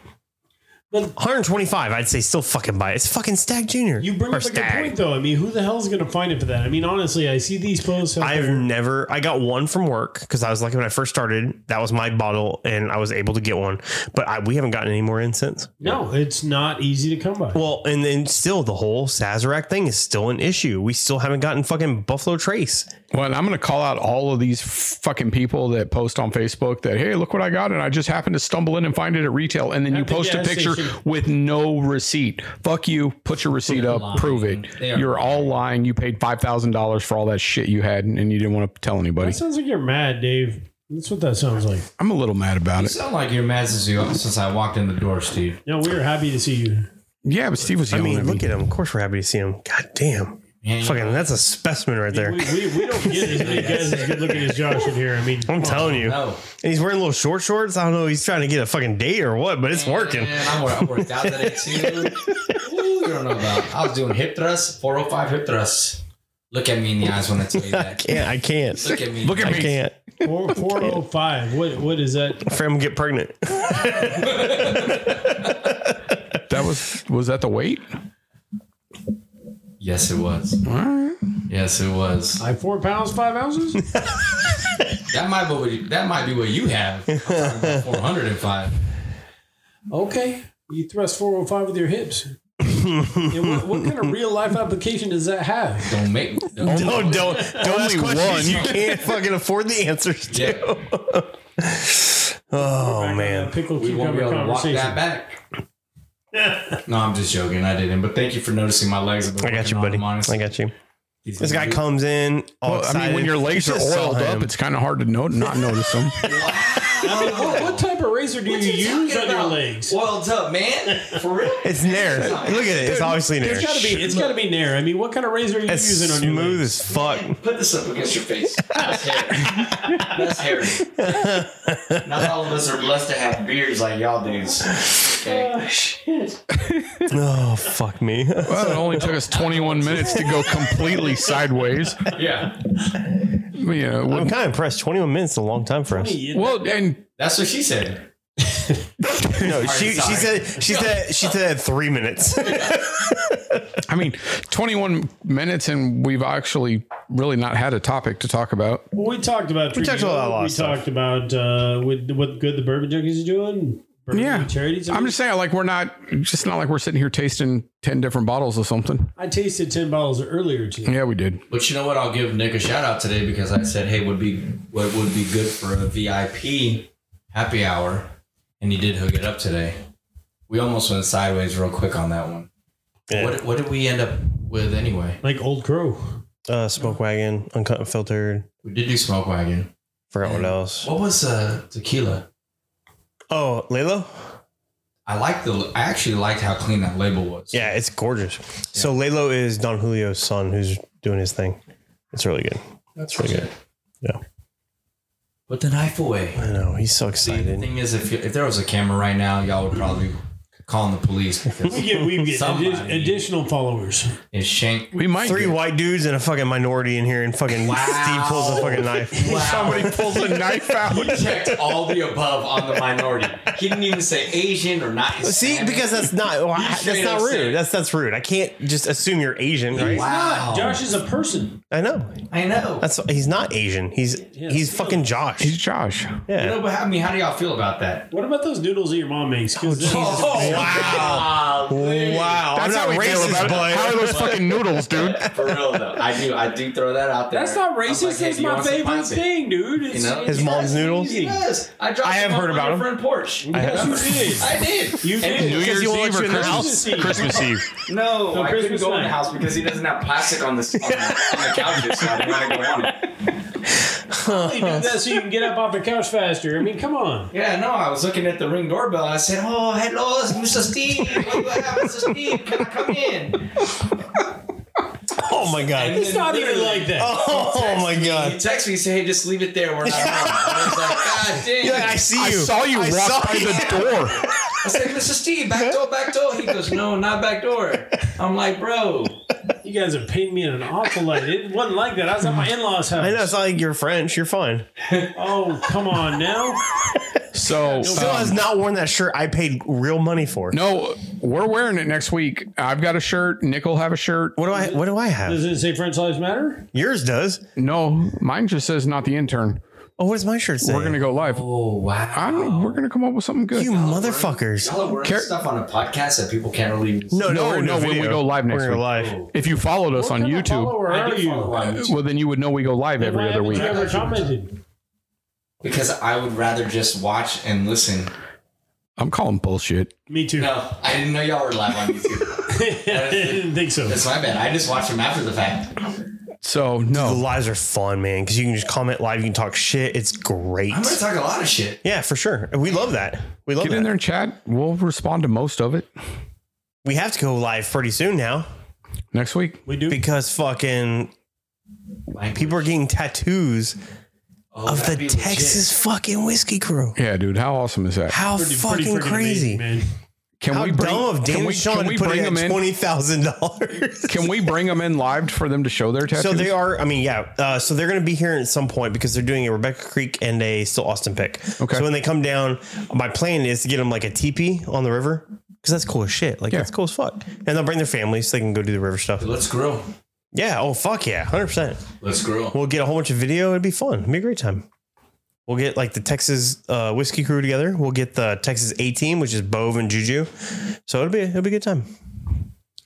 A: But-
C: 125 I'd say still fucking buy it. It's fucking Stag Junior.
A: You bring
C: or
A: up a good point though. I mean, who the hell's going to find it for that? I mean, honestly, I see these posts. out
C: I've
A: there.
C: never. I got one from work because I was lucky when I first started. That was my bottle, and I was able to get one. But I, we haven't gotten any more in since.
A: no. It's not easy to come by.
C: Well, and then still the whole Sazerac thing is still an issue. We still haven't gotten fucking Buffalo Trace.
B: Well, and I'm going to call out all of these fucking people that post on Facebook that, hey, look what I got. And I just happened to stumble in and find it at retail. And then you
A: the
B: post a
A: gas
B: picture
A: station.
B: with no receipt. Fuck you. Put your receipt up.
D: lying.
B: Prove it.
D: They are
B: You're all lying. You paid $5,000 for all that shit you had and you didn't want to tell anybody.
A: That sounds like you're mad, Dave. That's what that sounds like.
B: I'm a little mad about
D: You
B: it.
D: sound like you're mad since, you, since I walked in the door, Steve.
A: No, we were happy to see you.
B: Yeah, but Steve was
C: I
B: yelling
C: mean,
B: at me.
C: look at him. Of course, we're happy to see him. God damn.
D: Man, you
C: Fucking,
D: know,
C: that's a specimen right there.
A: We, we, we don't get as many guys as good looking as Josh in here. I mean,
C: I'm telling you.
D: no.
C: And he's wearing little short shorts. I don't know. He's trying to get a fucking date or what, but it's working.
D: Man, I wor- I worked out that too. Ooh, you don't know about. I was doing hip thrusts, 405 hip thrusts. Look at me in the eyes when I tell you
C: I
D: that.
C: can't. I can't.
D: Look at me.
B: Look at
C: I
B: me.
C: can't.
A: four, 405. What, what is that?
C: For him to get pregnant.
B: That was was that the weight?
D: Yes, it was.
B: All right.
D: Yes, it was.
A: Like four pounds, five ounces?
D: That might be what you, that might be what you have. I'm talking about 405.
A: Okay. You thrust 405 with your hips. and what, what kind of real life application does that have?
D: Don't make. Don't,
C: No, don't don't ask
B: Only
C: questions.
B: one.
C: You can't fucking afford the answers to.
D: Yeah,
C: Oh man.
A: Pickle
D: we won't be
A: cucumber
D: able to walk
A: conversation.
D: that back. no, I'm just joking. I didn't. But thank you for noticing my legs.
C: I got you, buddy. I got you. This guy comes in. All
B: Well, I mean, when
C: excited.
B: your legs
C: You
B: are
C: should've saw
B: oiled up,
C: him.
B: it's kind of hard to no- not notice them.
A: I mean, what, what type of razor do you, use on your legs?
D: Oiled up, man. For real.
C: it's Nair. Look at it. It's obviously Nair.
A: It's gotta be. It's gotta be Nair. I mean, what kind of razor are you
C: It's
A: using on your
C: smooth
A: legs?
C: as fuck.
D: Put this up against your face. That's hairy. That's hairy. Not all of us are blessed to have beards like y'all dudes. Okay.
C: Oh fuck me.
B: Well, it only took us 21 minutes to go completely sideways.
D: Yeah.
B: You know,
C: I'm
B: when-
C: kind of impressed. 21 minutes is a long time for us.
A: Hey, you-
B: well, and
D: That's what she said.
C: No, she, she
D: sorry.
C: said she said she said three minutes.
B: I mean, 21 minutes, and we've actually really not had a topic to talk about.
A: well, we talked about.
C: We talked
A: Trujillo.
C: about a lot of
A: We
C: stuff.
A: talked about uh, what, what good the bourbon junkies are doing. Bourbon
B: Yeah.
A: charities. I,
B: I'm
A: mean,
B: just saying, like, we're not, it's just not like we're sitting here tasting 10 different bottles of something.
A: I tasted ten bottles earlier today.
B: Yeah, we did.
D: But you know what? I'll give Nick a shout out today because I said, "Hey, would be what would be good for a VIP happy hour," and he did hook it up today. We almost went sideways real quick on that one.
C: Yeah.
D: What what did we end up with
C: Mm.
D: anyway?
A: Like Old Crow.
C: Uh, smoke wagon, uncut and filtered.
D: We did do smoke wagon.
C: Forgot what else.
D: What was uh, tequila?
C: Oh, Lalo?
D: I like the. I actually liked how clean that label was.
C: Yeah, it's gorgeous. So Lalo is Don Julio's son who's doing his thing. It's really good.
D: that's
C: pretty good. Yeah.
D: Put the knife away.
C: I know. He's so
D: See, the
C: excited.
D: thing is, if, if there was a camera right now, y'all would probably be calling the police because
A: We get we get
D: Somebody.
A: addi- additional followers.
D: it's Shank.
B: We might.
C: Three
B: do.
C: white dudes and a fucking minority in here, and fucking Steve pulls a fucking knife.
D: Wow.
B: Somebody pulls a knife out.
D: checked all the above on the minority. He didn't even say Asian or not.
C: See,
D: Hispanic.
C: because that's not well, I- that's
D: straight
C: not
D: up said
C: rude.
D: it.
C: That's that's rude. I can't just assume you're Asian, right?
D: wow,
A: Josh is a person.
C: I know.
D: I know.
C: That's he's not Asian. He's he's fucking Josh.
B: He's Josh.
D: you know,
C: Yeah.
D: but I mean, how do y'all feel about that?
A: What about those noodles that your mom makes?
C: Oh,
A: 'Cause those-
D: wow,
C: Wow.
B: That's how
C: I'm
B: we
C: not
B: feel
C: racist,
B: about it. How
C: but
B: are those fucking noodles, dude?
D: For real though, I do. I do throw that out there.
A: That's not
D: I was
A: racist.
D: like, hey,
A: That's
D: do you
A: my
D: want some
A: favorite
D: posse?
A: thing, dude. It's,
D: You know?
A: it's
C: His mom's noodles?
A: easy.
D: Yes, I dropped.
C: I have
D: him off
C: heard
D: on
C: about
D: your
C: him.
D: Front porch.
A: Yes, you did.
D: I did.
A: You did.
B: New
C: Because
B: Year's
C: he won't let
B: Eve
C: you
B: or
C: in the house.
B: Christmas? Christmas Eve.
D: No, I
A: Christmas
D: couldn't go in
A: night.
D: the house because he doesn't have plastic on the on the, on the couches. So I didn't want to go on it.
A: You do that so you can get up off the couch faster. I mean, come on.
D: Yeah, no, I was looking at the ring doorbell. I said, "Oh, hello, it's Mr. Steve. What do I have, Mr. Steve? Can I come in?"
C: Oh my god.
A: It's not even like that.
C: Oh my
D: He
C: god.
D: texted me, said, "Hey, just leave it there. We're not." home." I was like, "God damn!"
C: Yeah, I see you.
B: I saw you
C: I
B: walk
C: saw
B: by
C: you.
B: the door.
D: I said, "Mr. Steve, back door, back door." He goes, "No, not back door." I'm like, "Bro,
A: You guys have painted me in an awful light. It wasn't like that. I was at my in laws' house.
C: I know it's not like you're French. You're fine.
A: Oh, come on now.
B: So,
C: Bill
B: um,
C: has not worn that shirt I paid real money for.
B: no, we're wearing it next week. I've got a shirt. Nick will have a shirt.
C: What do I? What do I have?
A: Does it say French Lives Matter?
C: Yours does.
B: No, mine just says not the intern.
C: Oh, what does my shirt say?
B: We're gonna go live.
D: oh wow."
B: I don't, we're gonna come up with something good.
C: You motherfuckers.
D: Y'all are wearing
B: Car-
D: stuff on a podcast that people can't really.
B: No,
C: No, no, we're
B: no, when we go live next
C: we're
B: week.
C: live.
B: if you followed us on
A: What kind of
B: YouTube,
A: follower
D: I
A: are
D: do
A: you?
D: follow on YouTube
B: well, then you would know we go live every
A: Why
B: other
A: haven't
B: week.
A: you ever commented?
D: because I would rather just watch and listen.
B: I'm calling bullshit.
A: Me too.
D: No, I didn't know y'all were live on YouTube.
A: I didn't think so.
D: That's my bad. I just watched them after the fact.
B: So
C: The
B: no,
C: lives are fun, man, because you can just comment live. You can talk shit. It's great.
D: I'm gonna talk a lot of shit.
C: Yeah, for sure. We love that. We love
B: get in
C: that.
B: there and chat. We'll respond to most of it.
C: We have to go live pretty soon now.
B: next week.
A: We do.
C: because fucking people are getting tattoos
D: Oh,
C: of the
D: that'd be legit.
C: Texas fucking whiskey crew.
B: Yeah, dude, how awesome is that?
C: How
A: Pretty- pretty
C: fucking
A: freaking
C: crazy!
A: amazing, man.
B: Can
C: How
B: we bring
C: dumb of Dan
B: can we,
C: and Sean
B: can
C: to
B: we
C: put
B: bring
C: in
B: them in?
C: twenty thousand dollars.
B: Can we bring them in live for them to show their tattoos?
C: So they are. I mean, yeah. Uh, so they're going to be here at some point because they're doing a Rebecca Creek and a still Austin pick.
B: Okay.
C: So when they come down, my plan is to get them like a teepee on the river because that's cool as shit. Like
B: Yeah.
C: that's cool as fuck. And they'll bring their families so they can go do the river stuff.
D: Let's grow.
C: Yeah. Oh fuck yeah, hundred percent.
D: Let's grow.
C: We'll get a whole bunch of video. It'd be fun. It'd be a great time. We'll get like the Texas uh, whiskey crew together. We'll get the Texas A team, which is Bove and Juju. So it'll be it'll be a good time.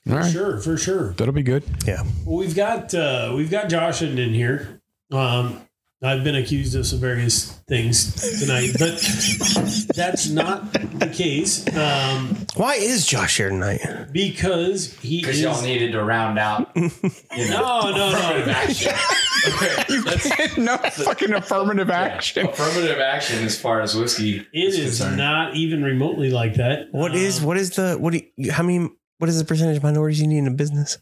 B: All right.
A: Sure, for sure.
B: That'll be good.
C: Yeah.
A: Well, we've got uh, we've got Josh in in here. Um, I've been accused of some various things tonight, but that's not the case um,
C: Why is Josh here tonight?
A: because he
D: Because
A: is. Oh,
D: y'all needed to round out. You
A: no,
D: know,
A: no,
D: affirmative
A: no.
D: action.
B: no fucking affirmative action.
D: affirmative action as far as whiskey.
A: It is
D: concerned.
A: not even remotely like that.
C: What is what is the what? Do you, how many? What is the percentage of minorities you need in a business?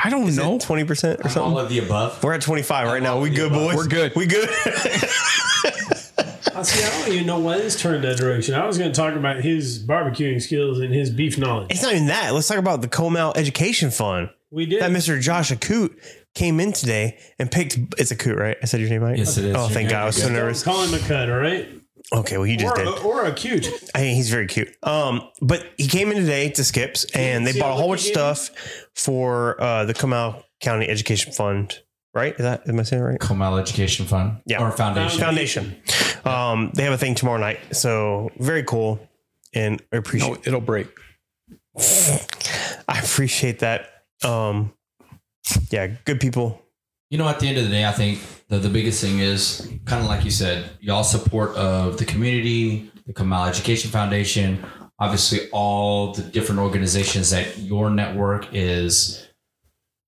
B: I don't know.
C: Twenty percent or
D: All
C: something.
D: of the above.
C: We're at twenty five right now. We good, boys.
B: We're good.
C: We good.
A: I see. I don't even know why this turned that direction. I was going to talk about his barbecuing skills and his beef knowledge.
C: it's not even that. Let's talk about the Comal Education Fund.
A: We did.
C: That Mr. Josh Akut came in today and picked. It's Akut, right? I said your name right.
D: Yes, it is.
C: Oh, thank God! I was so
A: Don't
C: nervous.
A: Call him a cut, all right?
C: Okay, well, you just
A: Or,
C: did.
A: or a cute.
C: I mean, he's very cute. Um, but he came in today to Skips, and they
A: see
C: bought a
A: how
C: whole
A: much
C: bunch of
A: he gave me?
C: stuff for uh, the Comal County Education Fund. Right? Is that am I saying it right?
D: Comal Education Fund.
C: Yeah.
D: Or foundation.
C: Foundation. Um, they have a thing tomorrow night, so very cool, and I appreciate.
B: No, it'll break.
C: I appreciate that. Um, yeah, good people.
D: You know, at the end of the day, I think the, the biggest thing is kind of like you said, y'all support of the community, the Kamal Education Foundation, obviously all the different organizations that your network is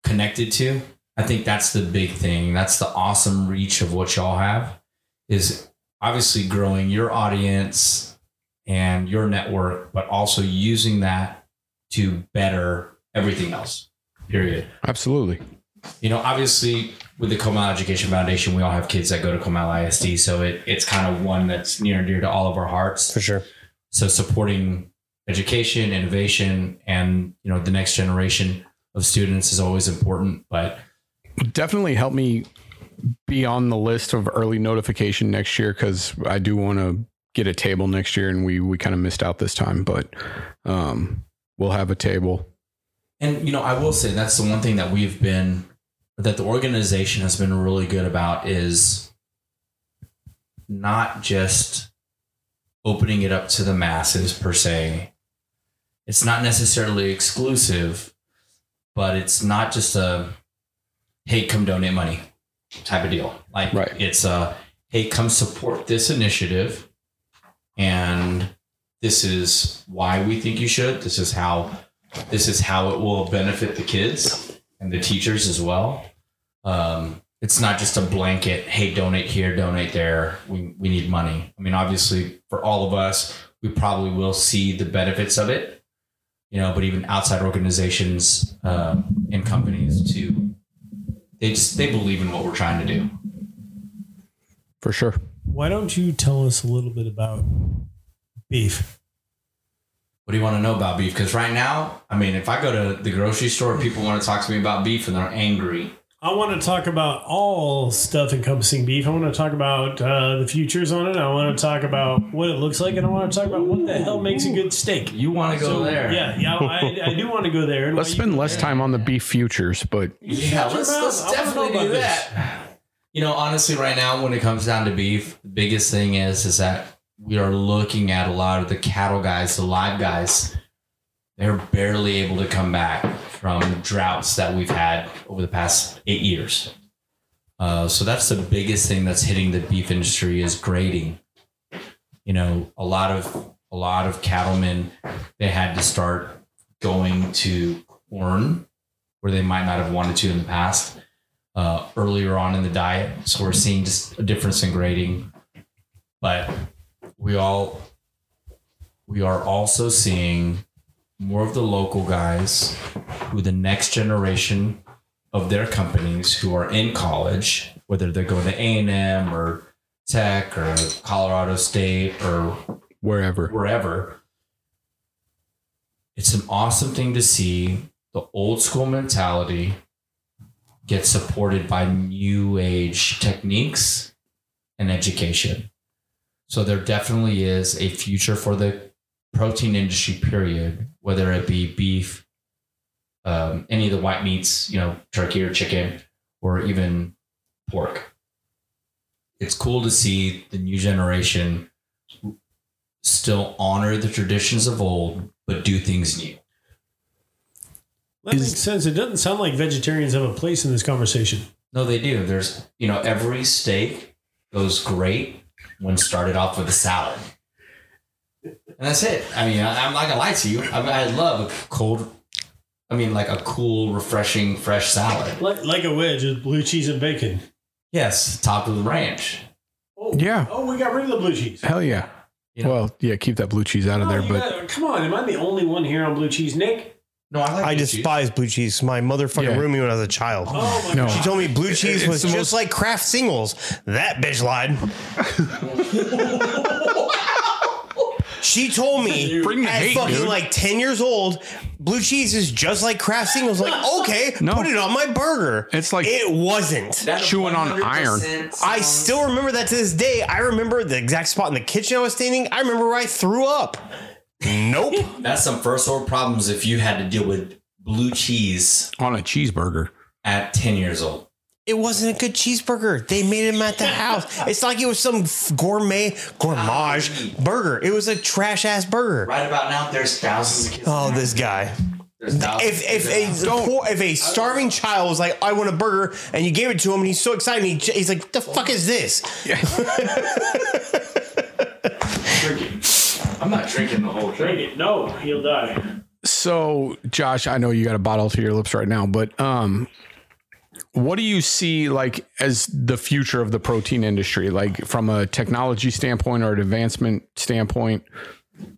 D: connected to. I think that's the big thing. That's the awesome reach of what y'all have is obviously growing your audience and your network, but also using that to better everything else. Period
B: Absolutely.
D: you know, obviously with the Comal Education Foundation, we all have kids that go to Comal ISD, so it, it's kind of one that's near and dear to all of our hearts.
C: For sure.
D: So supporting education, innovation, and you know the next generation of students is always important. But
B: Definitely help me be on the list of early notification next year because I do want to get a table next year and we we kind of missed out this time, but um we'll have a table.
D: and you know, I will say that's the one thing that we've been that the organization has been really good about is not just opening it up to the masses per se. It's not necessarily exclusive, but it's not just a hey, come donate money type of deal. Like
B: Right.
D: it's a hey, come support this initiative and this is why we think you should. This is how this is how it will benefit the kids and the teachers as well. Um, it's not just a blanket, hey, donate here, donate there. We, we need money. I mean, obviously, for all of us, we probably will see the benefits of it, you know, but even outside organizations uh, and companies too, they just, they believe in what we're trying to do.
B: For sure.
A: Why don't you tell us a little bit about beef?
D: What do you want to know about beef? Because right now, I mean, if I go to the grocery store, people want to talk to me about beef and they're angry.
A: I want to talk about all stuff encompassing beef. I want to talk about uh, the futures on it. I want to talk about what it looks like, and I want to talk about what the hell makes a good steak.
D: You want to go there.
A: Yeah, yeah, I, I do want to go there. And why
B: Let's
A: you-
B: spend less time on the beef futures, but
D: Yeah, let's,
A: mouth.
D: let's
A: I wanna
D: definitely
A: know
D: do
A: about this.
D: that. You know, honestly, right now, when it comes down to beef, the biggest thing is is that we are looking at a lot of the cattle guys, the live guys. They're barely able to come back from droughts that we've had over the past eight years. Uh, so that's the biggest thing that's hitting the beef industry is grading. You know, a lot of a lot of cattlemen they had to start going to corn where they might not have wanted to in the past uh, earlier on in the diet. So we're seeing just a difference in grading, but we all we are also seeing more of the local guys who the next generation of their companies who are in college, whether they're going to A&M or Tech or Colorado State or
B: wherever.
D: wherever. It's an awesome thing to see the old school mentality get supported by new age techniques and education. So there definitely is a future for the protein industry, period, whether it be beef, um, any of the white meats, you know, turkey or chicken, or even pork. It's cool to see the new generation still honor the traditions of old, but do things new.
A: That
B: Is-
A: makes sense. It doesn't sound like vegetarians have a place in this conversation.
D: No, they do. There's, you know, every steak goes great when started off with a salad. And that's it. I mean, I, I'm not gonna lie to you. I, mean, I love a cold, I mean, like a cool, refreshing, fresh salad.
A: Like, like a wedge with blue cheese and bacon.
D: Yes, topped with ranch.
A: Oh,
B: Yeah.
A: Oh, we got rid of the blue cheese.
B: Hell yeah.
D: You know.
B: Well, yeah, keep that blue cheese out of
A: Oh,
B: there,
A: you
B: but
A: got- come on, am I the only one here on blue cheese, Nick?
D: No, I like.
C: I
D: blue cheese.
C: despise blue cheese. My motherfucking
B: Yeah.
C: roomie when I was a child.
A: Oh my
B: No.
C: She
A: god!
C: told me blue cheese
B: it's
C: was
B: the
C: just
B: most-
C: like Kraft singles. That bitch lied. she told me
B: Bring the
C: at
B: hate,
C: fucking
B: dude.
C: like 10 years old, blue cheese is just like Kraft singles. Like, okay,
B: No.
C: put it on my burger.
B: It's like-
C: it wasn't.
D: That
B: Chewing on iron.
D: 100%
C: I
D: sounds-
C: still remember that to this day. I remember the exact spot in the kitchen I was standing. I remember where I threw up. Nope.
D: That's some first world problems if you had to deal with blue cheese
B: on a cheeseburger.
D: at ten years old.
C: It wasn't a good cheeseburger. They made him at the house. It's like it was some f- gourmet gourmage burger. It was a trash ass burger.
D: Right about now, there's thousands of kids.
C: Oh, this guy.
D: There's thousands
C: If
D: of
C: if
D: kids out
C: a poor, if a starving child was like, I want a burger, and you gave it to him, and he's so excited, he, j- he's like, "What the fuck is this?"
D: drinking. I'm not drinking the whole drink.
A: it. No, he'll die.
B: So, Josh, I know you got a bottle to your lips right now, but um what do you see like as the future of the protein industry like from a technology standpoint or an advancement standpoint?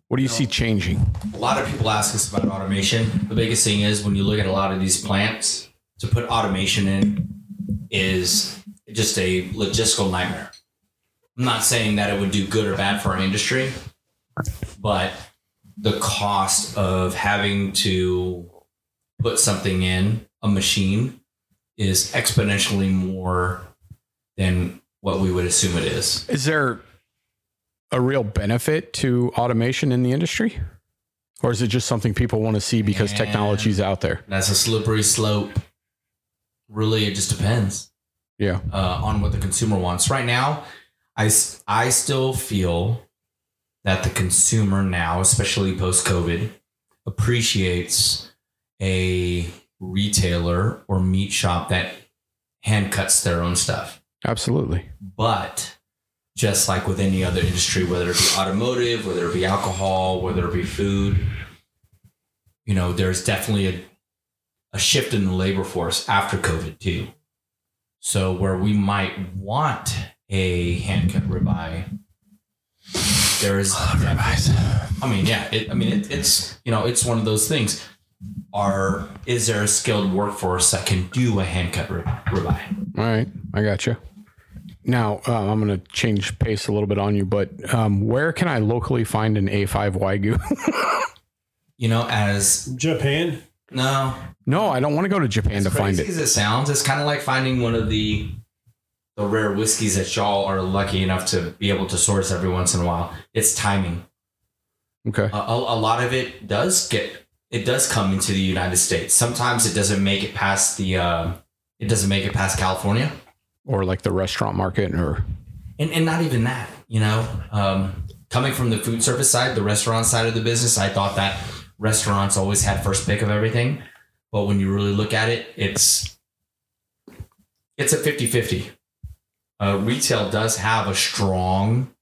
B: What do you see changing?
D: A lot of people ask us about automation. The biggest thing is when you look at a lot of these plants, to put automation in is just a logistical nightmare. I'm not saying that it would do good or bad for our industry, but the cost of having to put something in a machine is exponentially more than what we would assume it is.
B: Is there a real benefit to automation in the industry? Or is it just something people want to see because
D: Man.
B: technology's out there?
D: That's a slippery slope. Really, it just depends
B: Yeah.
D: uh, on what the consumer wants. Right now, I, s- I still feel that the consumer now, especially post COVID, appreciates a retailer or meat shop that hand cuts their own stuff.
B: Absolutely.
D: But just like with any other industry, whether it be automotive, whether it be alcohol, whether it be food, you know, there's definitely a, a shift in the labor force after COVID too. So where we might want a hand cut ribeye, there is. I mean, yeah. It, I mean, it, it's you know, it's one of those things. Are is there a skilled workforce that can do a hand cut rib, ribeye?
B: All right, I got you. Now uh, I'm going to change pace a little bit on you, but um, where can I locally find an A5 Wagyu?
D: You know, as
A: Japan.
D: no,
B: no, I don't want to go to Japan to
D: As
B: find
D: crazy
B: it.
D: as it sounds, it's kind of like finding one of the the rare whiskeys that y'all are lucky enough to be able to source every once in a while. It's timing.
B: Okay,
D: A, a, a lot of it does get it does come into the United States. Sometimes it doesn't make it past the uh, it doesn't make it past California,
B: or like the restaurant market, or
D: and and not even that. You know, um, coming from the food service side, the restaurant side of the business, I thought that restaurants always had first pick of everything, but when you really look at it, it's it's a 50-50. uh, retail does have a strong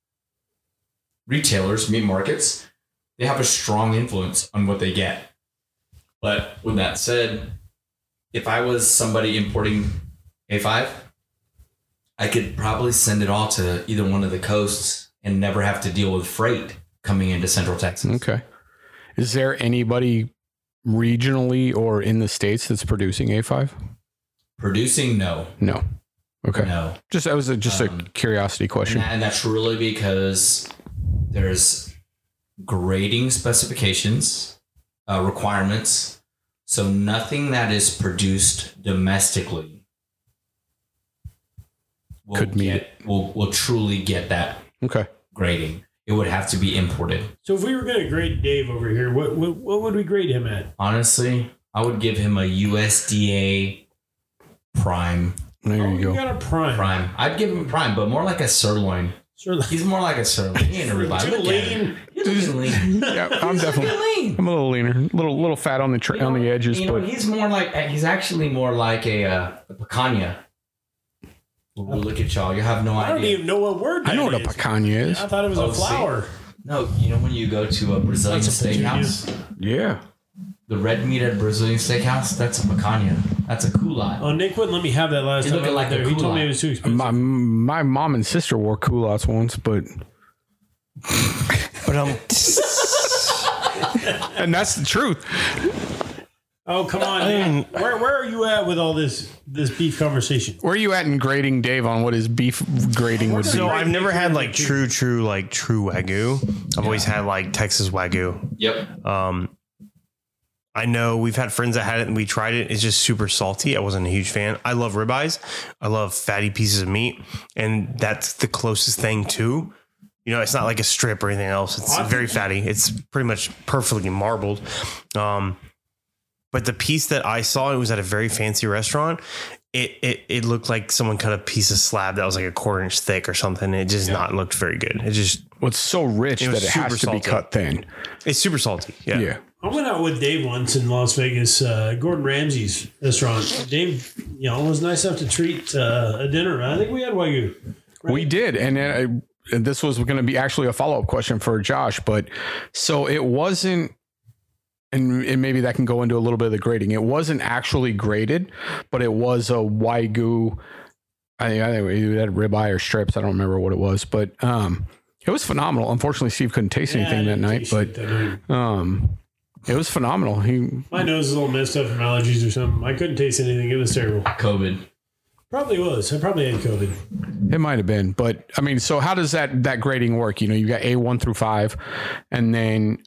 D: retailers meat markets they have a strong influence on what they get but with that said if i was somebody importing a5 i could probably send it all to either one of the coasts and never have to deal with freight coming into central texas
B: okay. Is there anybody regionally or in the states that's producing A5?
D: Producing, no,
B: No. Okay.
D: no,
B: Just that was a, just
D: Um,
B: a curiosity
D: and,
B: question.
D: that, and that's really because there's grading specifications, uh, requirements. So nothing that is produced domestically will
B: Could meet
D: get, will will truly get that
B: Okay.
D: grading. It would have to be imported.
A: So if we were going to grade Dave over here, what, what what would we grade him at?
D: Honestly, I would give him a USDA prime.
B: There
A: oh,
B: you go.
A: got a prime.
D: Prime. I'd give him prime, but more like a sirloin.
A: Sir,
D: He's more like a sirloin. He ain't a ribeye.
A: too
D: Look at him.
A: lean.
D: He's looking lean.
B: Yeah, I'm definitely.
D: lean.
B: I'm a little leaner, little little fat on the tra- on the edges,
D: You know,
B: but
D: he's more like eh, he's actually more like a, uh, a picanha. Ooh, look at y'all. You have no
A: I don't
D: idea.
A: even know what word.
B: I know what
A: that
B: a
A: is.
B: picanha is.
A: I thought it was
D: Oh,
A: a
D: see.
A: flower.
D: No, you know when you go to a Brazilian
A: That's a
D: steakhouse,
B: Yeah.
D: the red meat at a Brazilian steakhouse, that's a picanha. That's a culotte.
A: Oh, Nick wouldn't let me have that last
D: It
A: time.
D: looked
A: I
D: like
A: went
D: a
A: there. He told
D: culotte.
A: me it was too expensive.
B: My my mom and sister wore culottes once, but
C: But um,
B: and that's the truth.
A: Oh come on, man. where where are you at with all this this beef conversation?
B: Where are you at in grading Dave on what his beef grading would be?
C: so I've never had like true, true, like true wagyu. I've always had like Texas wagyu.
D: Yep.
C: Um, I know we've had friends that had it and we tried it. It's just super salty. I wasn't a huge fan. I love ribeyes. I love fatty pieces of meat, and that's the closest thing to. You know, it's not like a strip or anything else. It's very fatty. It's pretty much perfectly marbled. Um, but the piece that I saw, it was at a very fancy restaurant. It it, it looked like someone cut a piece of slab that was like a quarter inch thick or something. It just not looked very good. It just
B: What's so rich
C: It was
B: that it
C: super
B: has to be
C: salty.
B: cut thin.
C: it's super salty.
B: Yeah.
C: yeah.
A: I went out with Dave once in Las Vegas, uh, Gordon Ramsay's restaurant. Dave, you know, was nice enough to treat uh, a dinner. I think we had wagyu.
B: We did, and it, I, and this was going to be actually a follow up question for Josh, but so it wasn't. And, and maybe that can go into a little bit of the grading. It wasn't actually graded, but it was a wagyu. I think I think we had ribeye or strips. I don't remember what it was, but um, it was phenomenal. Unfortunately, Steve couldn't taste
A: Yeah, I
B: anything that
A: didn't
B: night,
A: taste
B: but
A: it that night.
B: um, it was phenomenal. He
A: my nose is a little messed up from allergies or something. I couldn't taste anything. It was terrible.
D: COVID.
A: Probably was. I probably had COVID.
B: It might have been, but I mean, so how does that that grading work? You know, you got A one through five, and then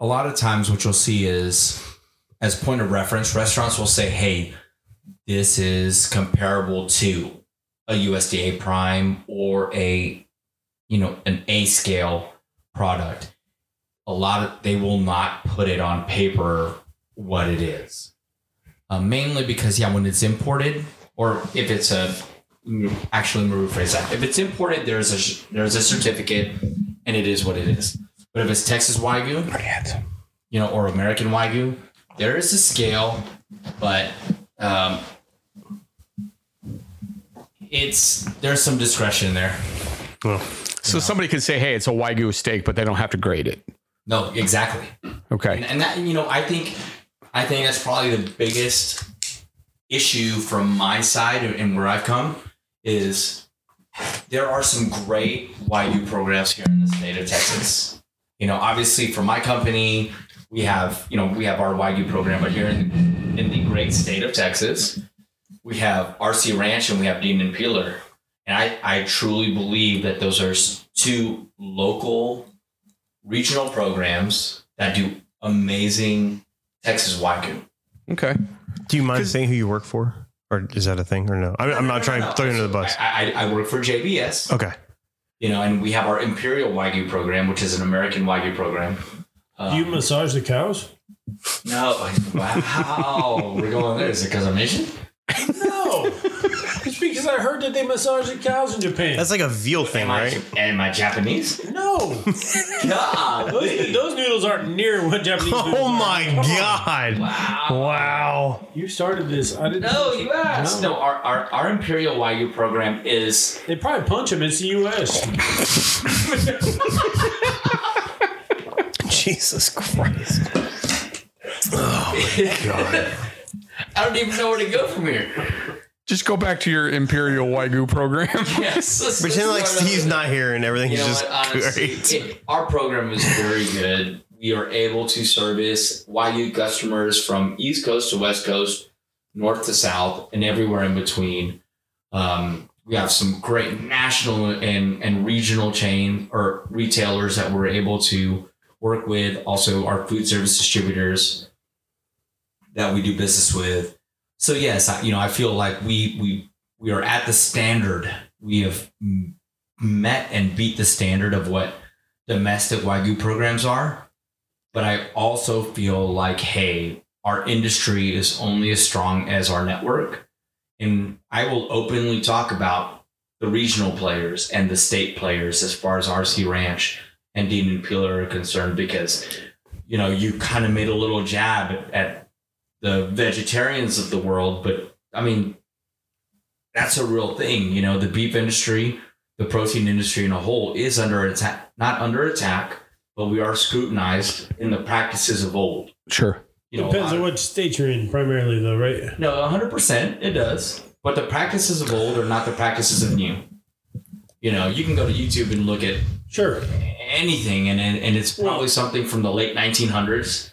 D: a lot of times what you'll see is as point of reference restaurants will say hey this is comparable to a usda prime or a you know an a scale product a lot of they will not put it on paper what it is uh, mainly because yeah when it's imported or if it's a actually let me rephrase that if it's imported there's a there's a certificate and it is what it is but if it's texas wagyu you know, or American Wagyu. There is a scale, but um, it's there's some discretion there.
C: Well,
B: so somebody could say, hey, it's a wagyu steak, but they don't have to grade it.
D: No, exactly, and,
B: Okay,
D: and that you know, I think, I think that's probably the biggest issue from my side and where I've come is there are some great YU programs here in the state of Texas. You know, obviously for my company, we have, you know, we have our YU program, but here in, in the great state of Texas, we have RC Ranch and we have Dean and Peeler. And I, I truly believe that those are s- two local regional programs that do amazing Texas YU.
B: okay.
C: Do you mind saying who you work for, or is that a thing, or no? I'm, I'm not trying to throw you under the bus.
D: I, I, I work for JBS.
C: Okay.
D: you know, and we have our Imperial Wagyu program, which is an American Wagyu program.
C: Uh.
A: Do you massage the cows?
D: No, wow, we're going there. Is it because I'm Asian?
A: No, it's because I heard that they massage the cows in Japan.
C: That's like a veal thing,
D: Am I,
C: right?
D: am I Japanese?
A: no, those,
D: God,
A: those noodles aren't near what Japanese. noodles
C: Oh
A: are.
C: my
A: Come on.
C: god!
D: wow.
C: Wow.
A: You started this. I didn't.
D: No, you asked. No, our, our, our Imperial Wagyu program is
A: They probably punch him. It's the U.S.
C: Jesus Christ.
D: I don't even know where to go from here.
B: Just go back to your imperial wagyu program.
D: Yes, let's- let's
C: Pretend
D: go
C: like
D: another-
C: Steve's not here and everything's
D: You know
C: just
D: what, honestly,
C: great.
D: it- our program is very good. we are able to service YU customers from East Coast to West Coast, North to South, and everywhere in between. Um, we have some great national and, and regional chain or retailers that we're able to work with. Also, our food service distributors that we do business with. So yes, I, you know, I feel like we we we are at the standard. We have m- met and beat the standard of what domestic wagyu programs are. But I also feel like, hey, our industry is only as strong as our network. And I will openly talk about the regional players and the state players as far as RC Ranch and Dean and Peeler are concerned because, you know, you kind of made a little jab at, at the vegetarians of the world. But I mean, that's a real thing. You know, the beef industry the protein industry in a whole is under attack, not under attack, but we are scrutinized in the practices of old.
B: Sure.
D: You know,
A: Depends
D: a
A: on
D: lot
A: what state you're in, primarily, though, right?
D: of- no, hundred percent, it does. But the practices of old are not the practices of new. You know, you can go to YouTube and look at
A: Sure.
D: anything, and and, and it's probably something from the late 1900s.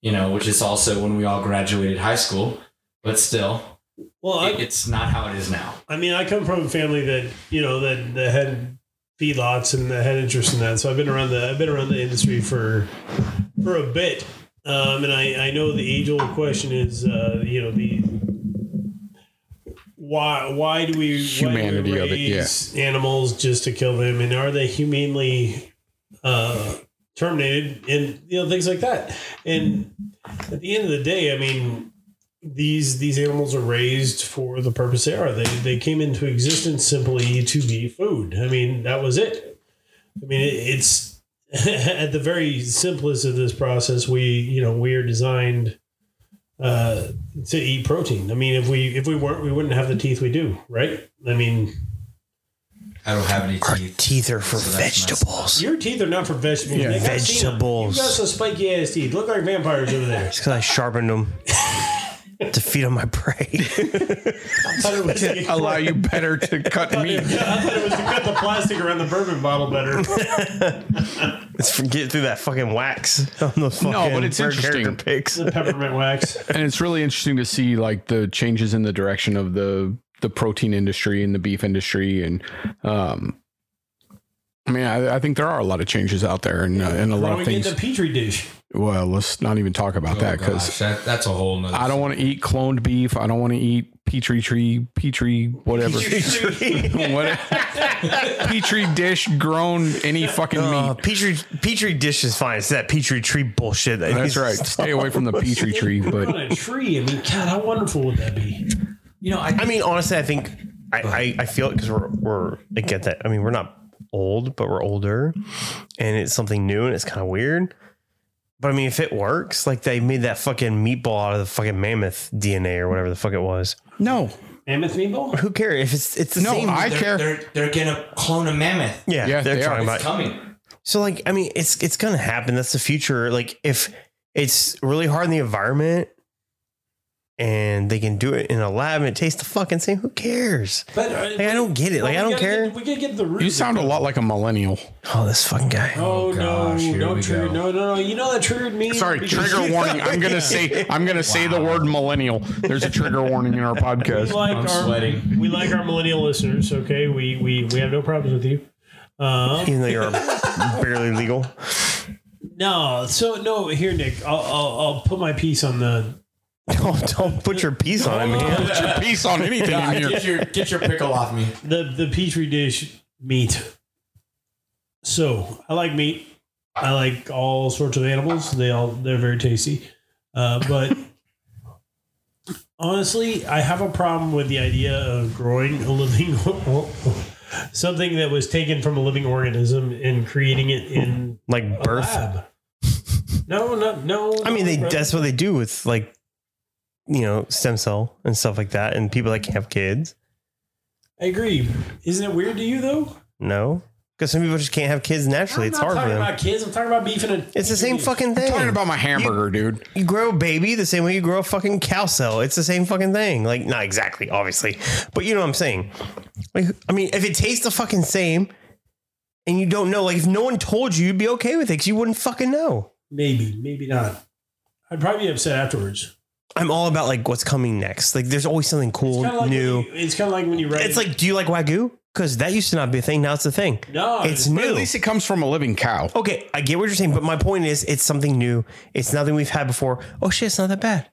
D: You know, which is also when we all graduated high school, but still,
A: Well,
D: it,
A: I,
D: it's not how it is now.
A: I mean, I come from a family that you know that that had feedlots and that had interest in that. So I've been around the I've been around the industry for for a bit, um, and I I know the age old question is uh, you know the why why do we
B: Humanity
A: why
B: of
A: do
B: it,
A: we raise animals just to kill them and are they humanely uh, terminated and you know things like that and at the end of the day, I mean, these these animals are raised for the purpose they are. They they came into existence simply to be food. I mean, that was it. I mean, it, it's at the very simplest of this process. We you know we are designed uh, to eat protein. I mean, if we if we weren't, we wouldn't have the teeth we do, right? I mean,
D: I don't have any
C: Our
D: teeth.
C: teeth are for
D: So that's messed
C: vegetables.
A: your teeth are not for vegetables.
B: Yeah.
A: Nick. I've seen 'em.
C: Vegetables.
A: You got some spiky ass teeth. Look like vampires over there.
C: It's because I sharpened them to feed on my prey.
A: I thought it was-
B: Allow you better to cut meat.
A: I thought it was to cut the plastic around the bourbon bottle better.
C: It's for get through that fucking wax on the fucking
B: No, but it's
C: bird character
B: interesting.
C: pics.
A: peppermint wax.
B: And it's really interesting to see like the changes in the direction of the the protein industry and the beef industry and um I mean, I, I think there are a lot of changes out there and, uh, and a
A: Why
B: lot
A: don't we
B: of
A: get
B: things.
A: the Oh, petri dish?
B: well, let's not even talk about that 'cause that because
D: Oh Gosh, that, that's a whole nother.
B: I don't want to eat cloned beef. I don't want to eat petri tree, petri whatever, what, petri dish grown any fucking
C: Uh,
B: meat.
C: petri petri dish is fine. It's that petri tree bullshit. That
B: That's right. Stay away from the petri tree.
A: Put
B: But
A: on a tree. I mean, God, how wonderful would that be?
D: You know, I,
C: I mean, honestly, I think I, I, I feel it because we're we're I get that. I mean, we're not old, but we're older, and it's something new and it's kind of weird. But I mean, if it works, like they made that fucking meatball out of the fucking mammoth DNA or whatever the fuck it was.
B: no,
A: Mammoth meatball?
C: Who cares if it's it's the
B: no,
C: same?
B: I
D: they're,
B: care.
D: They're, they're gonna clone a mammoth.
C: yeah,
B: Yeah,
C: they're
B: they are.
C: talking
D: It's
C: about
D: coming.
C: So like I mean it's it's gonna happen. That's the future. Like if it's really hard in the environment and they can do it in a lab and it tastes the fucking same, who cares?
A: But uh,
C: Like I don't get it. Like I
A: we
C: don't
A: gotta
C: care.
A: Get, we could get the root.
B: you
A: of
B: sound
A: it.
B: a lot like a millennial.
C: Oh, this fucking guy.
A: Oh,
D: Oh, gosh,
A: no!
D: here
A: Don't
D: we
A: trigger.
D: go.
A: No, no, no! You know that triggered me.
B: Sorry,
A: because
B: trigger
A: you-
B: warning. I'm gonna say I'm gonna say the word millennial. There's a trigger warning in our
A: We
B: podcast.
A: like
D: I'm
A: our
D: sweating.
A: we like our millennial listeners. Okay, we we we have no problems with you. Uh,
C: Even though you're barely legal.
A: no, so no. Here, Nick, I'll, I'll I'll put my piece on the.
C: Don't Oh, don't put your piece on it, man.
B: Put your piece on anything in here.
D: Get your get your pickle off me.
A: the the petri dish meat. So I like meat. I like all sorts of animals. They all they're very tasty, uh, but honestly, I have a problem with the idea of growing a living something that was taken from a living organism and creating it in
C: Like
A: a
C: birth.
A: lab. No, no, no.
C: I mean they
A: no.
C: that's what they do with like you know, stem cell and stuff like that, and people that can have kids.
A: I agree. Isn't it weird to you though?
C: No. Because some people just can't have kids naturally.
A: I'm
C: It's
A: not
C: hard for
A: talking
C: them.
A: about kids. I'm talking about beef and a.
C: It's the same
A: fucking.
C: fucking thing.
B: Talking about my hamburger, dude.
C: you grow a baby the same way you grow a fucking cow cell. It's the same fucking thing. Like, not exactly, obviously, but you know what I'm saying. Like, I mean, if it tastes the fucking same and you don't know. Like if no one told you, you'd be okay with it because you wouldn't fucking know.
A: Maybe, maybe not. I'd probably be upset afterwards.
C: I'm all about like what's coming next. Like there's always something cool,
A: Kinda like
C: new.
A: When you, it's kind of like when you write.
C: It's like, do you like wagyu? Because that used to not be a thing. Now it's a thing.
A: no,
C: It's
A: it's
B: But at
C: new.
B: least it comes from a living cow.
C: Oh, Okay, I get what you're saying, but my point is, it's something new. It's nothing we've had before. Oh shit, it's not that bad.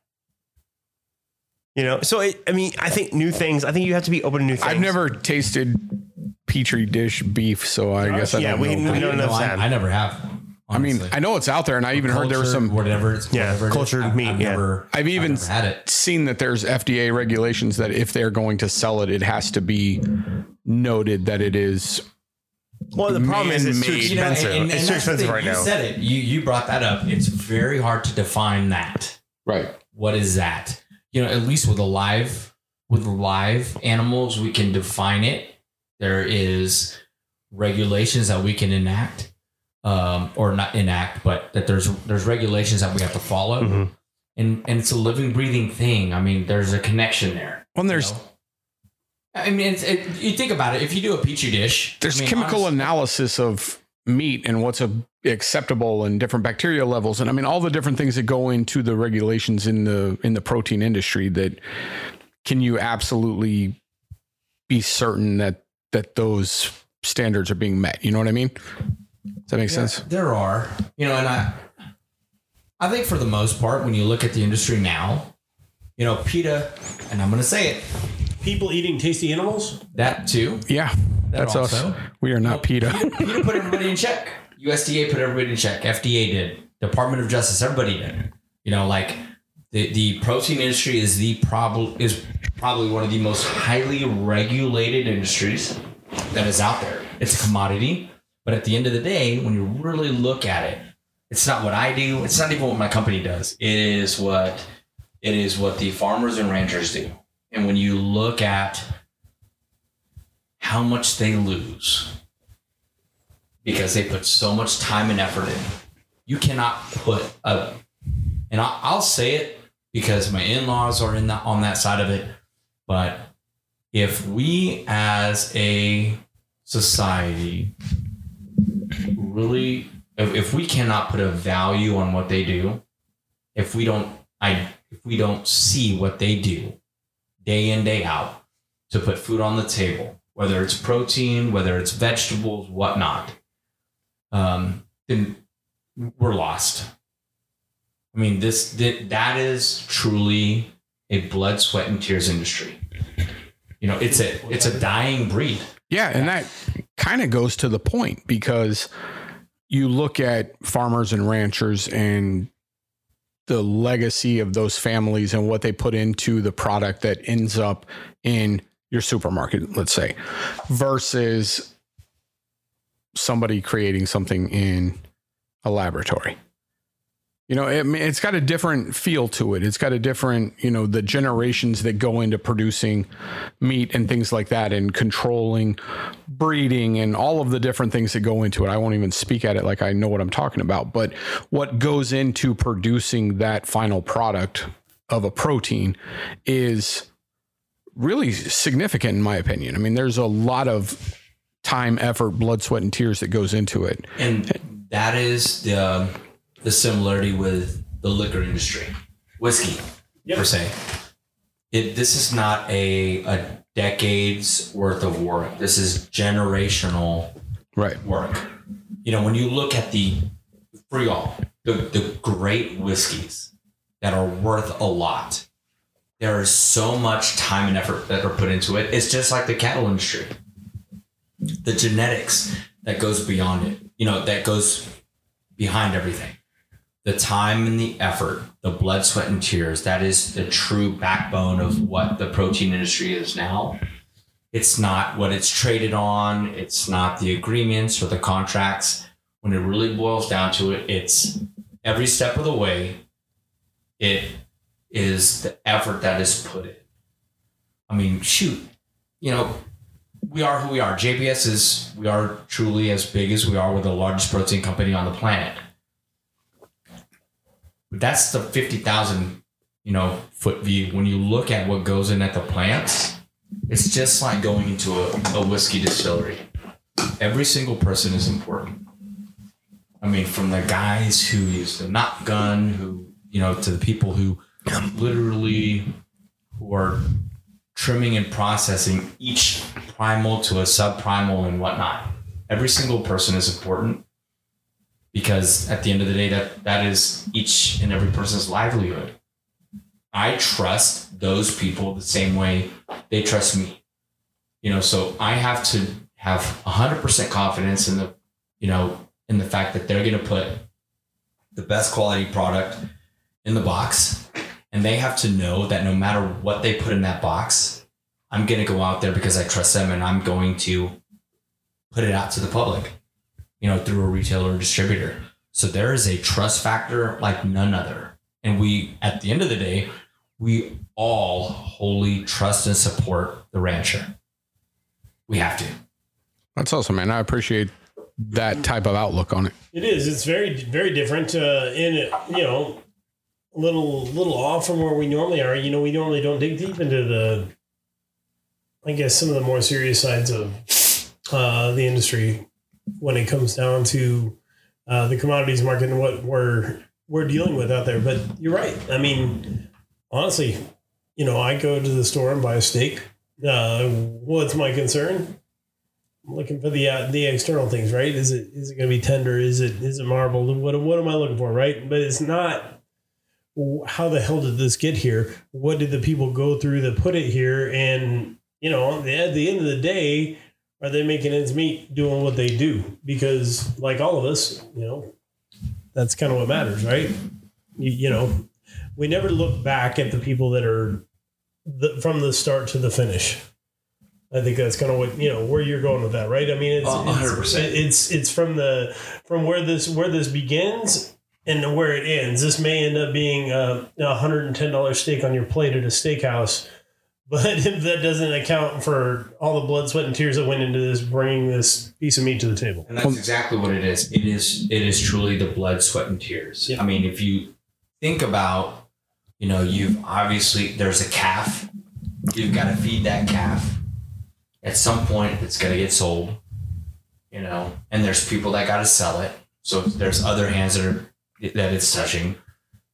C: You know, so it, I mean, I think new things. I think you have to be open to new things.
B: I've never tasted petri dish beef, so I guess I
C: Yeah,
B: don't
C: we
B: know.
C: can- we don't know
D: No, I,
C: Sam.
D: I never have.
B: I mean,
D: honestly.
B: I know it's out there, and I even heard there was
D: Cultured,
B: some.
D: whatever. It's,
C: Yeah,
D: whatever it is.
C: cultured
D: I've-
C: meat,
D: I've
C: yeah.
D: never,
B: I've even
D: never had it.
B: seen that there's FDA regulations that if they're going to sell it, it has to be noted that it is.
C: Well, the problem is it's too
B: Man-made.
D: You know,
C: expensive.
D: and- and- and
C: it's too
D: that's the
C: expensive
D: thing.
C: right
D: you
C: now.
D: said it. You you brought that up. It's very hard to define that.
B: Right.
D: What is that? You know, at least with a live with live animals, we can define it. There is regulations that we can enact, um, or not enact, but that there's there's regulations that we have to follow.
C: Mhm.
B: Mm-hmm.
D: And and it's a living, breathing thing. I mean, there's a connection there.
B: Well, and there's
D: you know? I mean, it's, it, you think about it. If you do a petri dish,
B: there's
D: I mean,
B: chemical
D: honestly-
B: analysis of meat and what's a, acceptable and different bacteria levels, and I mean all the different things that go into the regulations in the in the protein industry that can you absolutely be certain that that those standards are being met. You know what I mean? Does that make sense?
D: There are, you know, and I, I think for the most part, when you look at the industry now, you know, PETA, and I'm going to say it,
A: people eating tasty animals.
D: that too.
B: Yeah, that's us.
D: also-
B: We are not PETA.
D: PETA put everybody in check. USDA put everybody in check. FDA did. Department of Justice, everybody did. You know, like the, the protein industry is the problem is probably one of the most highly regulated industries that is out there. It's a commodity, but at the end of the day, when you really look at it, it's not what I do. It's not even what my company does. It is what it is what the farmers and ranchers do. And when you look at how much they lose because they put so much time and effort in. You cannot put a, and I, I'll say it because my in-laws are in that on that side of it. But if we as a society really, if, if we cannot put a value on what they do, if we don't, I, if we don't see what they do day in day out to put food on the table, whether it's protein, whether it's vegetables, whatnot um, then we're lost. I mean, this th- that is truly a blood, sweat, and tears industry. You know, it's a it's a dying breed.
B: Yeah, and that kind of goes to the point because you look at farmers and ranchers and the legacy of those families and what they put into the product that ends up in your supermarket, let's say, versus somebody creating something in a laboratory. You know, it, it's got a different feel to it. It's got a different, you know, the generations that go into producing meat and things like that and controlling breeding and all of the different things that go into it. I won't even speak at it like I know what I'm talking about, but what goes into producing that final product of a protein is really significant in my opinion. I mean, there's a lot of time, effort, blood, sweat and tears that goes into it.
D: and that is the the similarity with the liquor industry, whiskey per se. It, this is not a, a decades worth of work. This is generational
B: Right.
D: work. You know, when you look at the for y'all, the, the great whiskeys that are worth a lot. There is so much time and effort that are put into it. It's just like the cattle industry. The genetics that goes beyond it, you know, that goes behind everything. The time and the effort, the blood, sweat, and tears, that is the true backbone of what the protein industry is now it's not what it's traded on it's not the agreements or the contracts when it really boils down to it it's every step of the way it is the effort that is put in i mean shoot you know we are who we are jbs is we are truly as big as we are we're the largest protein company on the planet but that's the 50000 you know foot view when you look at what goes in at the plants it's just like going into a, a whiskey distillery. every single person is important. I mean, from the guys who use the not gun, who you know, to the people who literally who are trimming and processing each primal to a subprimal and whatnot. Every single person is important because at the end of the day, that that is each and every person's livelihood. I trust those people the same way they trust me. You know, so I have to have 100% confidence in the, you know, in the fact that they're going to put the best quality product in the box and they have to know that no matter what they put in that box, I'm going to go out there because I trust them and I'm going to put it out to the public, you know, through a retailer or distributor. So there is a trust factor like none other. And we, at the end of the day, we all wholly trust and support the rancher. We have to.
B: That's awesome, man. I appreciate that type of outlook on it.
A: It is. It's very very different. Uh, and it, you know, a little little off from where we normally are. You know, we normally don't dig deep into the, I guess, some of the more serious sides of uh, the industry when it comes down to uh, the commodities market and what we're we're dealing with out there. But you're right. I mean, honestly, you know, I go to the store and buy a steak. Uh, what's my concern? I'm looking for the uh, the external things, right? Is it is it going to be tender? Is it is it marbled? What what am I looking for, right? But it's not. w- How the hell did this get here? What did the people go through that put it here? And you know, at the- at the end of the day, are they making ends meet doing what they do? Because like all of us, you know, that's kind of what matters, right? You, you know, we never look back at the people that are the, from the start to the finish. I think that's kind of what you know where you're going with that, right? I mean, it's
D: Oh,
A: it's-
D: 100%.
A: It's it's from the from where this where this begins and where it ends. This may end up being a hundred and ten dollar steak on your plate at a steakhouse, but that doesn't account for all the blood, sweat, and tears that went into this bringing this piece of meat to the table.
D: And that's exactly what it is. It is it is truly the blood, sweat, and tears.
A: Yeah.
D: I mean, if you think about, you know, you've obviously there's a calf. You've got to feed that calf. At some point, it's gonna get sold. You know, and there's people that gotta sell it. So if there's other hands that are that it's touching.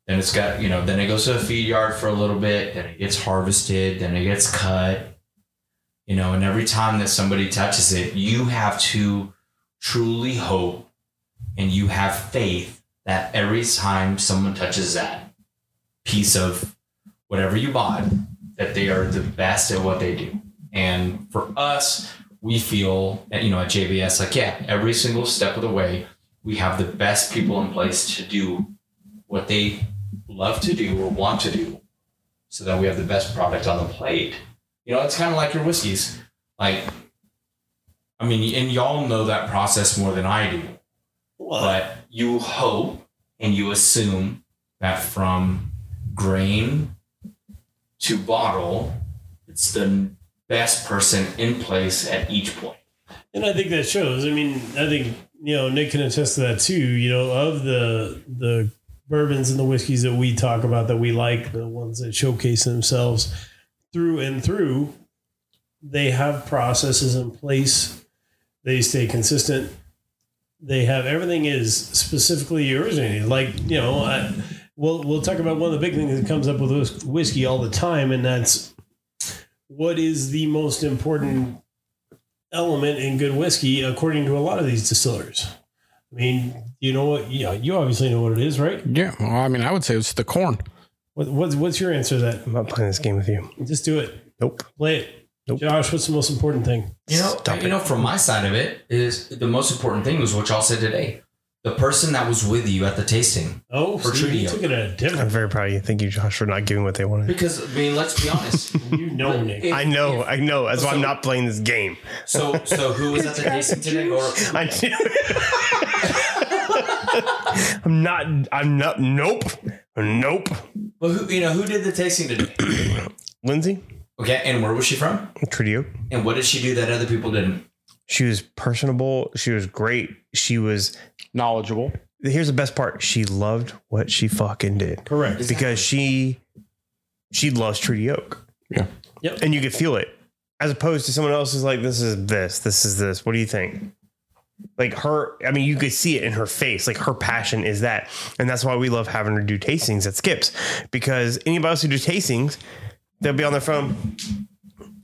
D: Then it's got you know. Then it goes to a feed yard for a little bit. Then it gets harvested. Then it gets cut. You know, and every time that somebody touches it, you have to truly hope and you have faith that every time someone touches that piece of whatever you bought, that they are the best at what they do. And for us, we feel that, you know, at JBS, like, yeah, every single step of the way, we have the best people in place to do what they love to do or want to do so that we have the best product on the plate. You know, it's kind of like your whiskeys. Like, I mean, and y'all know that process more than I do, but you hope and you assume that from grain to bottle, it's the best person in place at each point.
A: And I think that shows. I mean, I think you know Nick can attest to that too. You know, of the the bourbons and the whiskeys that we talk about that we like, the ones that showcase themselves through and through, they have processes in place. They stay consistent. They have everything is specifically originated. Like you know, I, we'll we'll talk about one of the big things that comes up with whis- whiskey all the time, and that's what is the most important element in good whiskey, according to a lot of these distillers. I mean, you know what? Yeah, you obviously know what it is, right?
B: Yeah, well, I mean, I would say it's the corn.
A: What, what's what's your answer to that?
C: I'm not playing this game with you.
A: Just do it.
C: Nope.
A: Play it.
C: Nope.
A: Josh, what's the most important thing?
D: You know,
C: Stop
D: you
C: it.
D: know, from my side of it is the most important thing was what y'all said today. The person that was with you at the tasting.
A: Oh,
D: For
A: see, you
D: Trudio.
A: took it at a
C: I'm
A: different.
C: very proud of you. Thank you, Josh, for not giving what they wanted.
D: Because I mean, let's be honest.
A: You know, Nick.
D: If-
C: I know, I know. That's why I'm
D: So-
C: not playing this game.
D: So, so who was at the tasting today? Or,
C: I knew. I'm not. I'm not. Nope. Nope.
D: but who, you know, who did the tasting today?
C: Lindsay,
D: Okay, and where was she from?
C: Trudio.
D: And what did she do that other people didn't?
C: She was personable. She was great. She was.
B: Knowledgeable.
C: Here's the best part. She loved what she fucking did.
A: Correct.
C: because she she loves Trudy Oak.
B: Yeah.
A: Yep.
C: And you could feel it. as opposed to someone else who's like, this is this, this is this. What do you think? Like her, I mean, you could see it in her face. Like her passion is that, and that's why we love having her do tastings at Skips, because anybody else who do tastings, they'll be on their phone.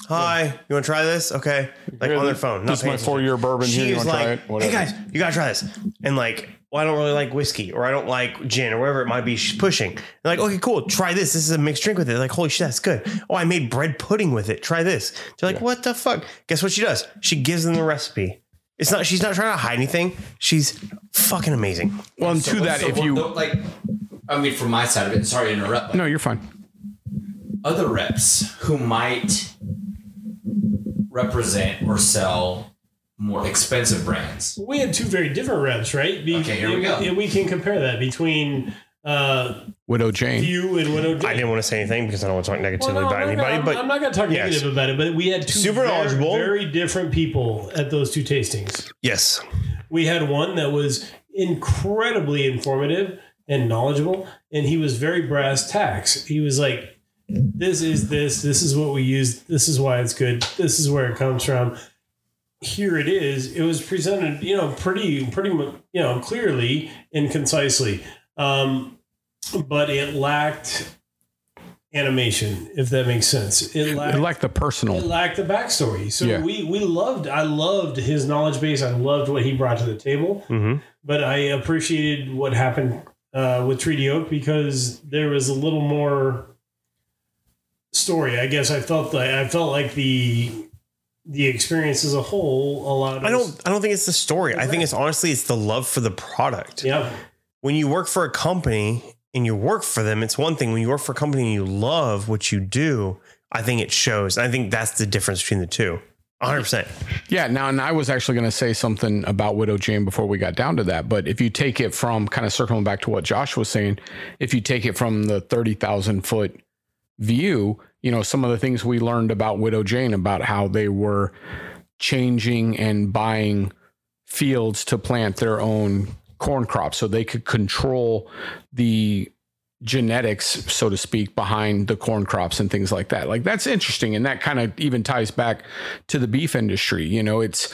C: Hi, you want to try this? Okay, like on their phone. not
B: This is
C: paying
B: my
C: attention.
B: four-year bourbon here.
C: She
B: You
C: was
B: want to try
C: like,
B: it?
C: "Hey guys, you gotta try this," and like, "Well, I don't really like whiskey, or I don't like gin, or whatever it might be." She's pushing. And like, okay, cool, try this. This is a mixed drink with it. Like, holy shit, that's good. Oh, I made bread pudding with it. Try this. They're like, "What the fuck?" Guess what she does? She gives them the recipe. It's not. She's not trying to hide anything. She's fucking amazing.
B: Well, and to that,
D: So
B: if
D: what-
B: you
D: like, I mean, from my side of it, sorry to interrupt. But
B: no, you're fine.
D: other reps who might represent or sell more expensive brands.
A: We had two very different reps, right? Be-
D: Okay, here we go.
A: And we can compare that between uh,
B: Widow Jane.
A: you and Widow.
C: I didn't want to say anything because I don't want to talk negatively
A: Well, no,
C: about
A: I'm not-
C: anybody.
A: I'm,
C: but
A: I'm not going to talk
C: Yes.
A: negative about it. But we had two
C: Super
A: very,
C: knowledgeable.
A: very different people at those two tastings.
C: yes,
A: We had one that was incredibly informative and knowledgeable, and he was very brass tacks. He was like, "This is this. This is what we use. This is why it's good. This is where it comes from. Here it is." It was presented, you know, pretty, pretty, mu- you know, clearly and concisely, um, but it lacked animation, if that makes sense. It lacked
B: I like the
A: it
B: personal.
A: lacked the backstory. So
B: Yeah.
A: we we loved I loved his knowledge base. I loved what he brought to the table.
C: Mhm.
A: But I appreciated what happened uh, with Treaty Oak because there was a little more story. I guess I felt like I felt like the the experience as a whole allowed.
C: I
A: Us,
C: don't. I don't think it's the story. I think it's honestly it's the love for the product.
A: yeah.
C: when you work for a company and you work for them, it's one thing. When you work for a company and you love what you do, I think it shows. I think that's the difference between the two. 100%.
B: Yeah. Now, and I was actually going to say something about Widow Jane before we got down to that. But if you take it from kind of circling back to what Josh was saying, if you take it from the 30,000 foot view, you know, some of the things we learned about Widow Jane about how they were changing and buying fields to plant their own corn crops so they could control the genetics so to speak behind the corn crops and things like that like that's interesting and that kind of even ties back to the beef industry you know it's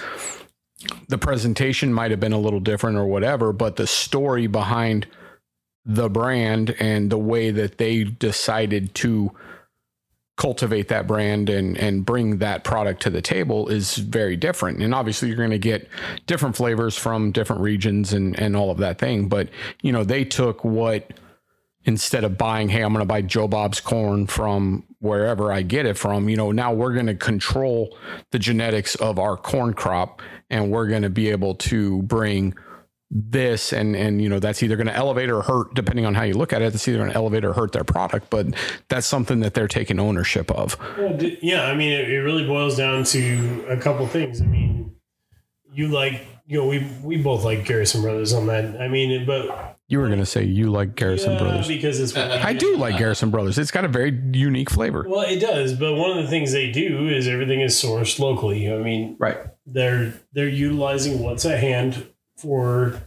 B: the presentation might have been a little different or whatever but the story behind the brand and the way that they decided to cultivate that brand and and bring that product to the table is very different and obviously you're going to get different flavors from different regions and and all of that thing but you know they took what instead of buying hey i'm going to buy joe bob's corn from wherever i get it from you know now we're going to control the genetics of our corn crop and we're going to be able to bring this and and you know that's either going to elevate or hurt depending on how you look at it it's either going to elevate or hurt their product but that's something that they're taking ownership of
A: Well, d- yeah, I mean, it, it really boils down to a couple things. I mean, you like, you know, we we both like Garrison Brothers on that. I mean, but
B: you were going to say you like garrison
A: yeah,
B: brothers
A: because it's
B: i do like garrison brothers it's got a very unique flavor
A: Well, it does, but one of the things they do is everything is sourced locally. I mean,
B: right
A: they're they're utilizing what's at hand for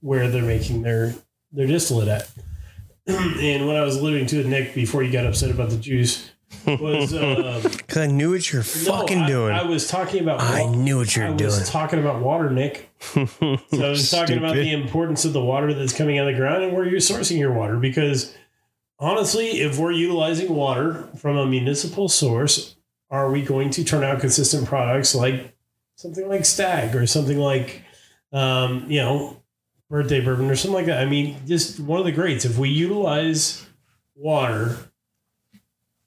A: where they're making their their distillate at. and what I was alluding to with Nick before you got upset about the juice was uh,
C: Because I knew what you're
A: no,
C: fucking
A: I,
C: doing.
A: I
C: I,
A: was talking about
C: knew what you
A: I
C: were
A: was
C: doing.
A: talking about water, Nick. So I was talking about the importance of the water that's coming out of the ground and where you're sourcing your water. Because honestly, if we're utilizing water from a municipal source, are we going to turn out consistent products like something like Stag or something like, um, you know, Birthday Bourbon or something like that? I mean, just one of the greats. If we utilize water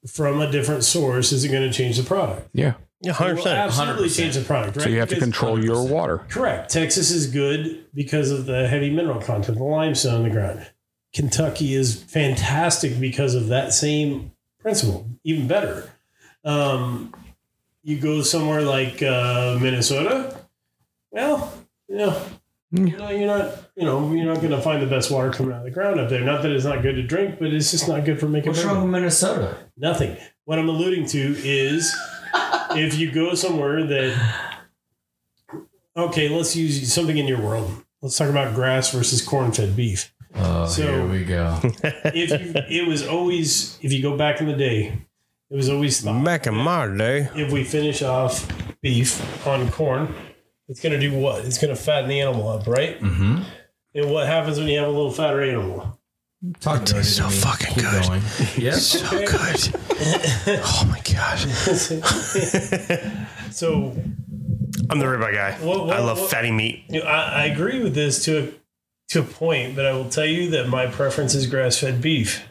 A: from a different source, is it going to change the product?
B: yeah
C: Yeah,
A: It will
C: 100%.
A: absolutely
D: 100%.
A: change the product, right?
B: so you have to
A: Because-
B: control your water
A: Correct. Texas is good because of the heavy mineral content, the limestone in the ground. Kentucky is fantastic because of that same principle, even better. Um, you go somewhere like uh, Minnesota, well, you know,
D: Mm.
A: you know, you're not, you know, you're not going to find the best water coming out of the ground up there. Not that it's not good to drink, but it's just not good for making.
D: What's
A: bourbon.
D: wrong with Minnesota?
A: Nothing. What I'm alluding to is if you go somewhere that, okay, let's use something in your world. Let's talk about grass versus corn fed beef.
D: Oh,
A: So- here
D: we go.
A: If you, it was always, if you go back in the day, It was always thought
C: Back in my day,
A: if we finish off beef on corn, it's going to do what? It's going to fatten the animal up, right?
D: Mm-hmm.
A: And what happens when you have a little fatter animal?
D: Talk to
C: so fucking
D: Keep
C: good.
D: going. Yes.
C: so good. oh my gosh,
A: so
C: I'm the ribeye guy.
A: What- what-
C: I love
A: what-
C: fatty meat.
A: you know, I, I agree with this to a, to a point, but I will tell you that my preference is grass fed beef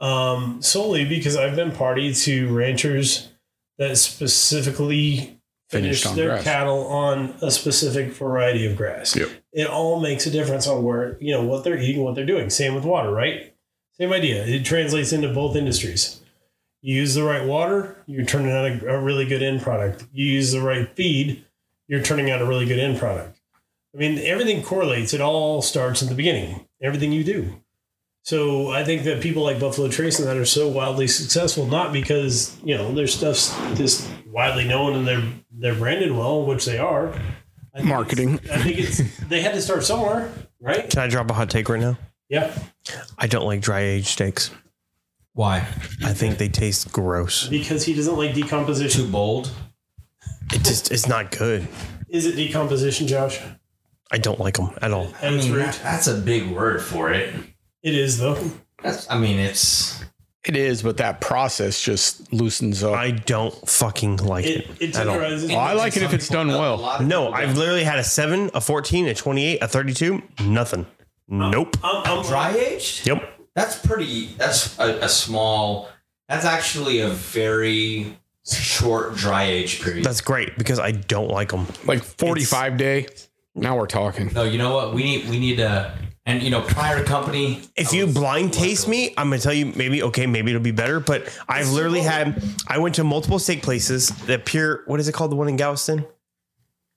A: um, solely because I've been party to ranchers that specifically
B: Finished
A: finish
B: on
A: their
B: grass.
A: cattle on a specific variety of grass.
B: Yep.
A: It all makes a difference on where you know what they're eating, what they're doing. Same with water, right? Same idea. It translates into both industries. You use the right water, you're turning out a, a really good end product. You use the right feed, you're turning out a really good end product. I mean, everything correlates. It all starts in the beginning. Everything you do. So I think that people like Buffalo Trace and that are so wildly successful, not because you know their stuff's just widely known and they're they're branded well, which they are. I think
B: Marketing.
A: it's- I think it's they had to start somewhere, right?
C: Can I drop a hot take right now?
A: Yeah,
C: I don't like dry aged steaks.
D: Why?
C: I think they taste gross.
A: because he doesn't like decomposition.
D: Too bold.
C: It just it's not good.
A: Is it decomposition, Josh?
C: I don't like them at all.
A: At its root,
D: that- that's a big word for it.
A: it is though.
D: That's, I mean, it's
B: It is, but that process just loosens up.
C: I don't fucking like
A: It
C: it.
A: it
C: I don't-
A: tenderizes.
B: I like it if it's done
D: a
B: well.
D: lot of
C: No,
D: people
C: I've literally had a seven, a fourteen, a twenty-eight, a thirty-two. Nothing. Nope.
B: Oh.
A: I'm, I'm,
D: dry aged.
C: Yep.
D: That's pretty. That's a, a small. That's actually a very short dry age period.
C: That's great because I don't like them.
B: like 45 day. Now we're talking.
D: no, you know what? We need. We need a. And you know, prior company.
C: If
D: I
C: you
D: was-
C: blind taste me, I'm gonna tell you maybe okay, maybe it'll be better. But I've literally had I went to multiple steak places. The pure what is it called? The one in Galveston,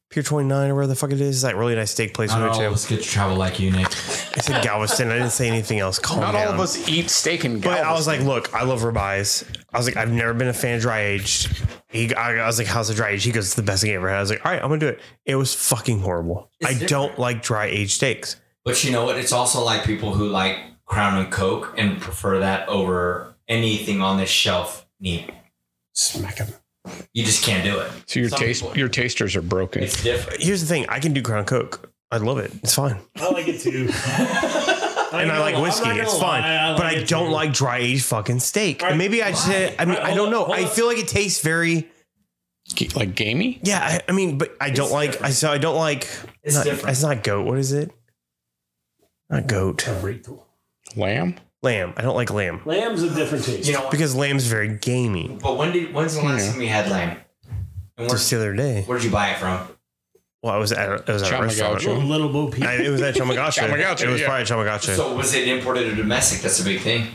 C: Pier 29 or where the fuck it is. It's like really nice steak place. We
D: Not
C: went
D: all of
C: to.
D: us get to travel like you, Nick.
C: I said Galveston. I didn't say anything else. Calm
B: Not
C: down.
B: all of us eat steak and
C: But
B: galveston.
C: I was like, look, I love ribeyes. I was like, I've never been a fan of dry aged. He, I, I was like, how's the dry aged? He goes, it's the best thing I ever had. I was like, all right, I'm gonna do it. It was fucking horrible.
D: It's
C: I
D: different.
C: don't like dry aged steaks.
D: But you know what? It's also like people who like Crown and Coke and prefer that over anything on this shelf. Need
A: Smack him.
D: you just can't do it.
B: so your
D: some
B: taste,
D: people-
B: your tasters are broken.
D: It's different.
C: Here's the thing: I can do Crown Coke. I love it. It's fine.
A: I like it too.
C: and I like whiskey. It's fine. but I don't
A: like. it too.
C: like dry aged fucking steak.
A: All right,
C: and maybe I just, I mean,
A: All right,
C: I don't
A: hold
C: know.
A: on, hold
C: I
A: on.
C: feel like it tastes very,
B: G- Like gamey.
C: yeah. I, I mean, but I don't like, I, so I don't like,
D: It's
C: not,
D: different.
C: It's not goat. What is it? Not goat.
B: Lamb.
C: Lamb. I don't like lamb
A: Lamb's a different taste.
D: You know,
C: because lamb's very gamey.
D: But when did when's the last
B: Yeah.
D: time you had lamb? And where
C: Just the other day.
D: where'd you buy it from?
C: Well, I was at, I was at a
B: Chama
C: restaurant.
B: Gaucho. know-
A: little Bo Peep.
C: I- it was at Chamagacha.
B: Chamagacha,
C: It was
B: yeah.
C: probably Chamagacha.
D: So was it imported or domestic? That's a big thing.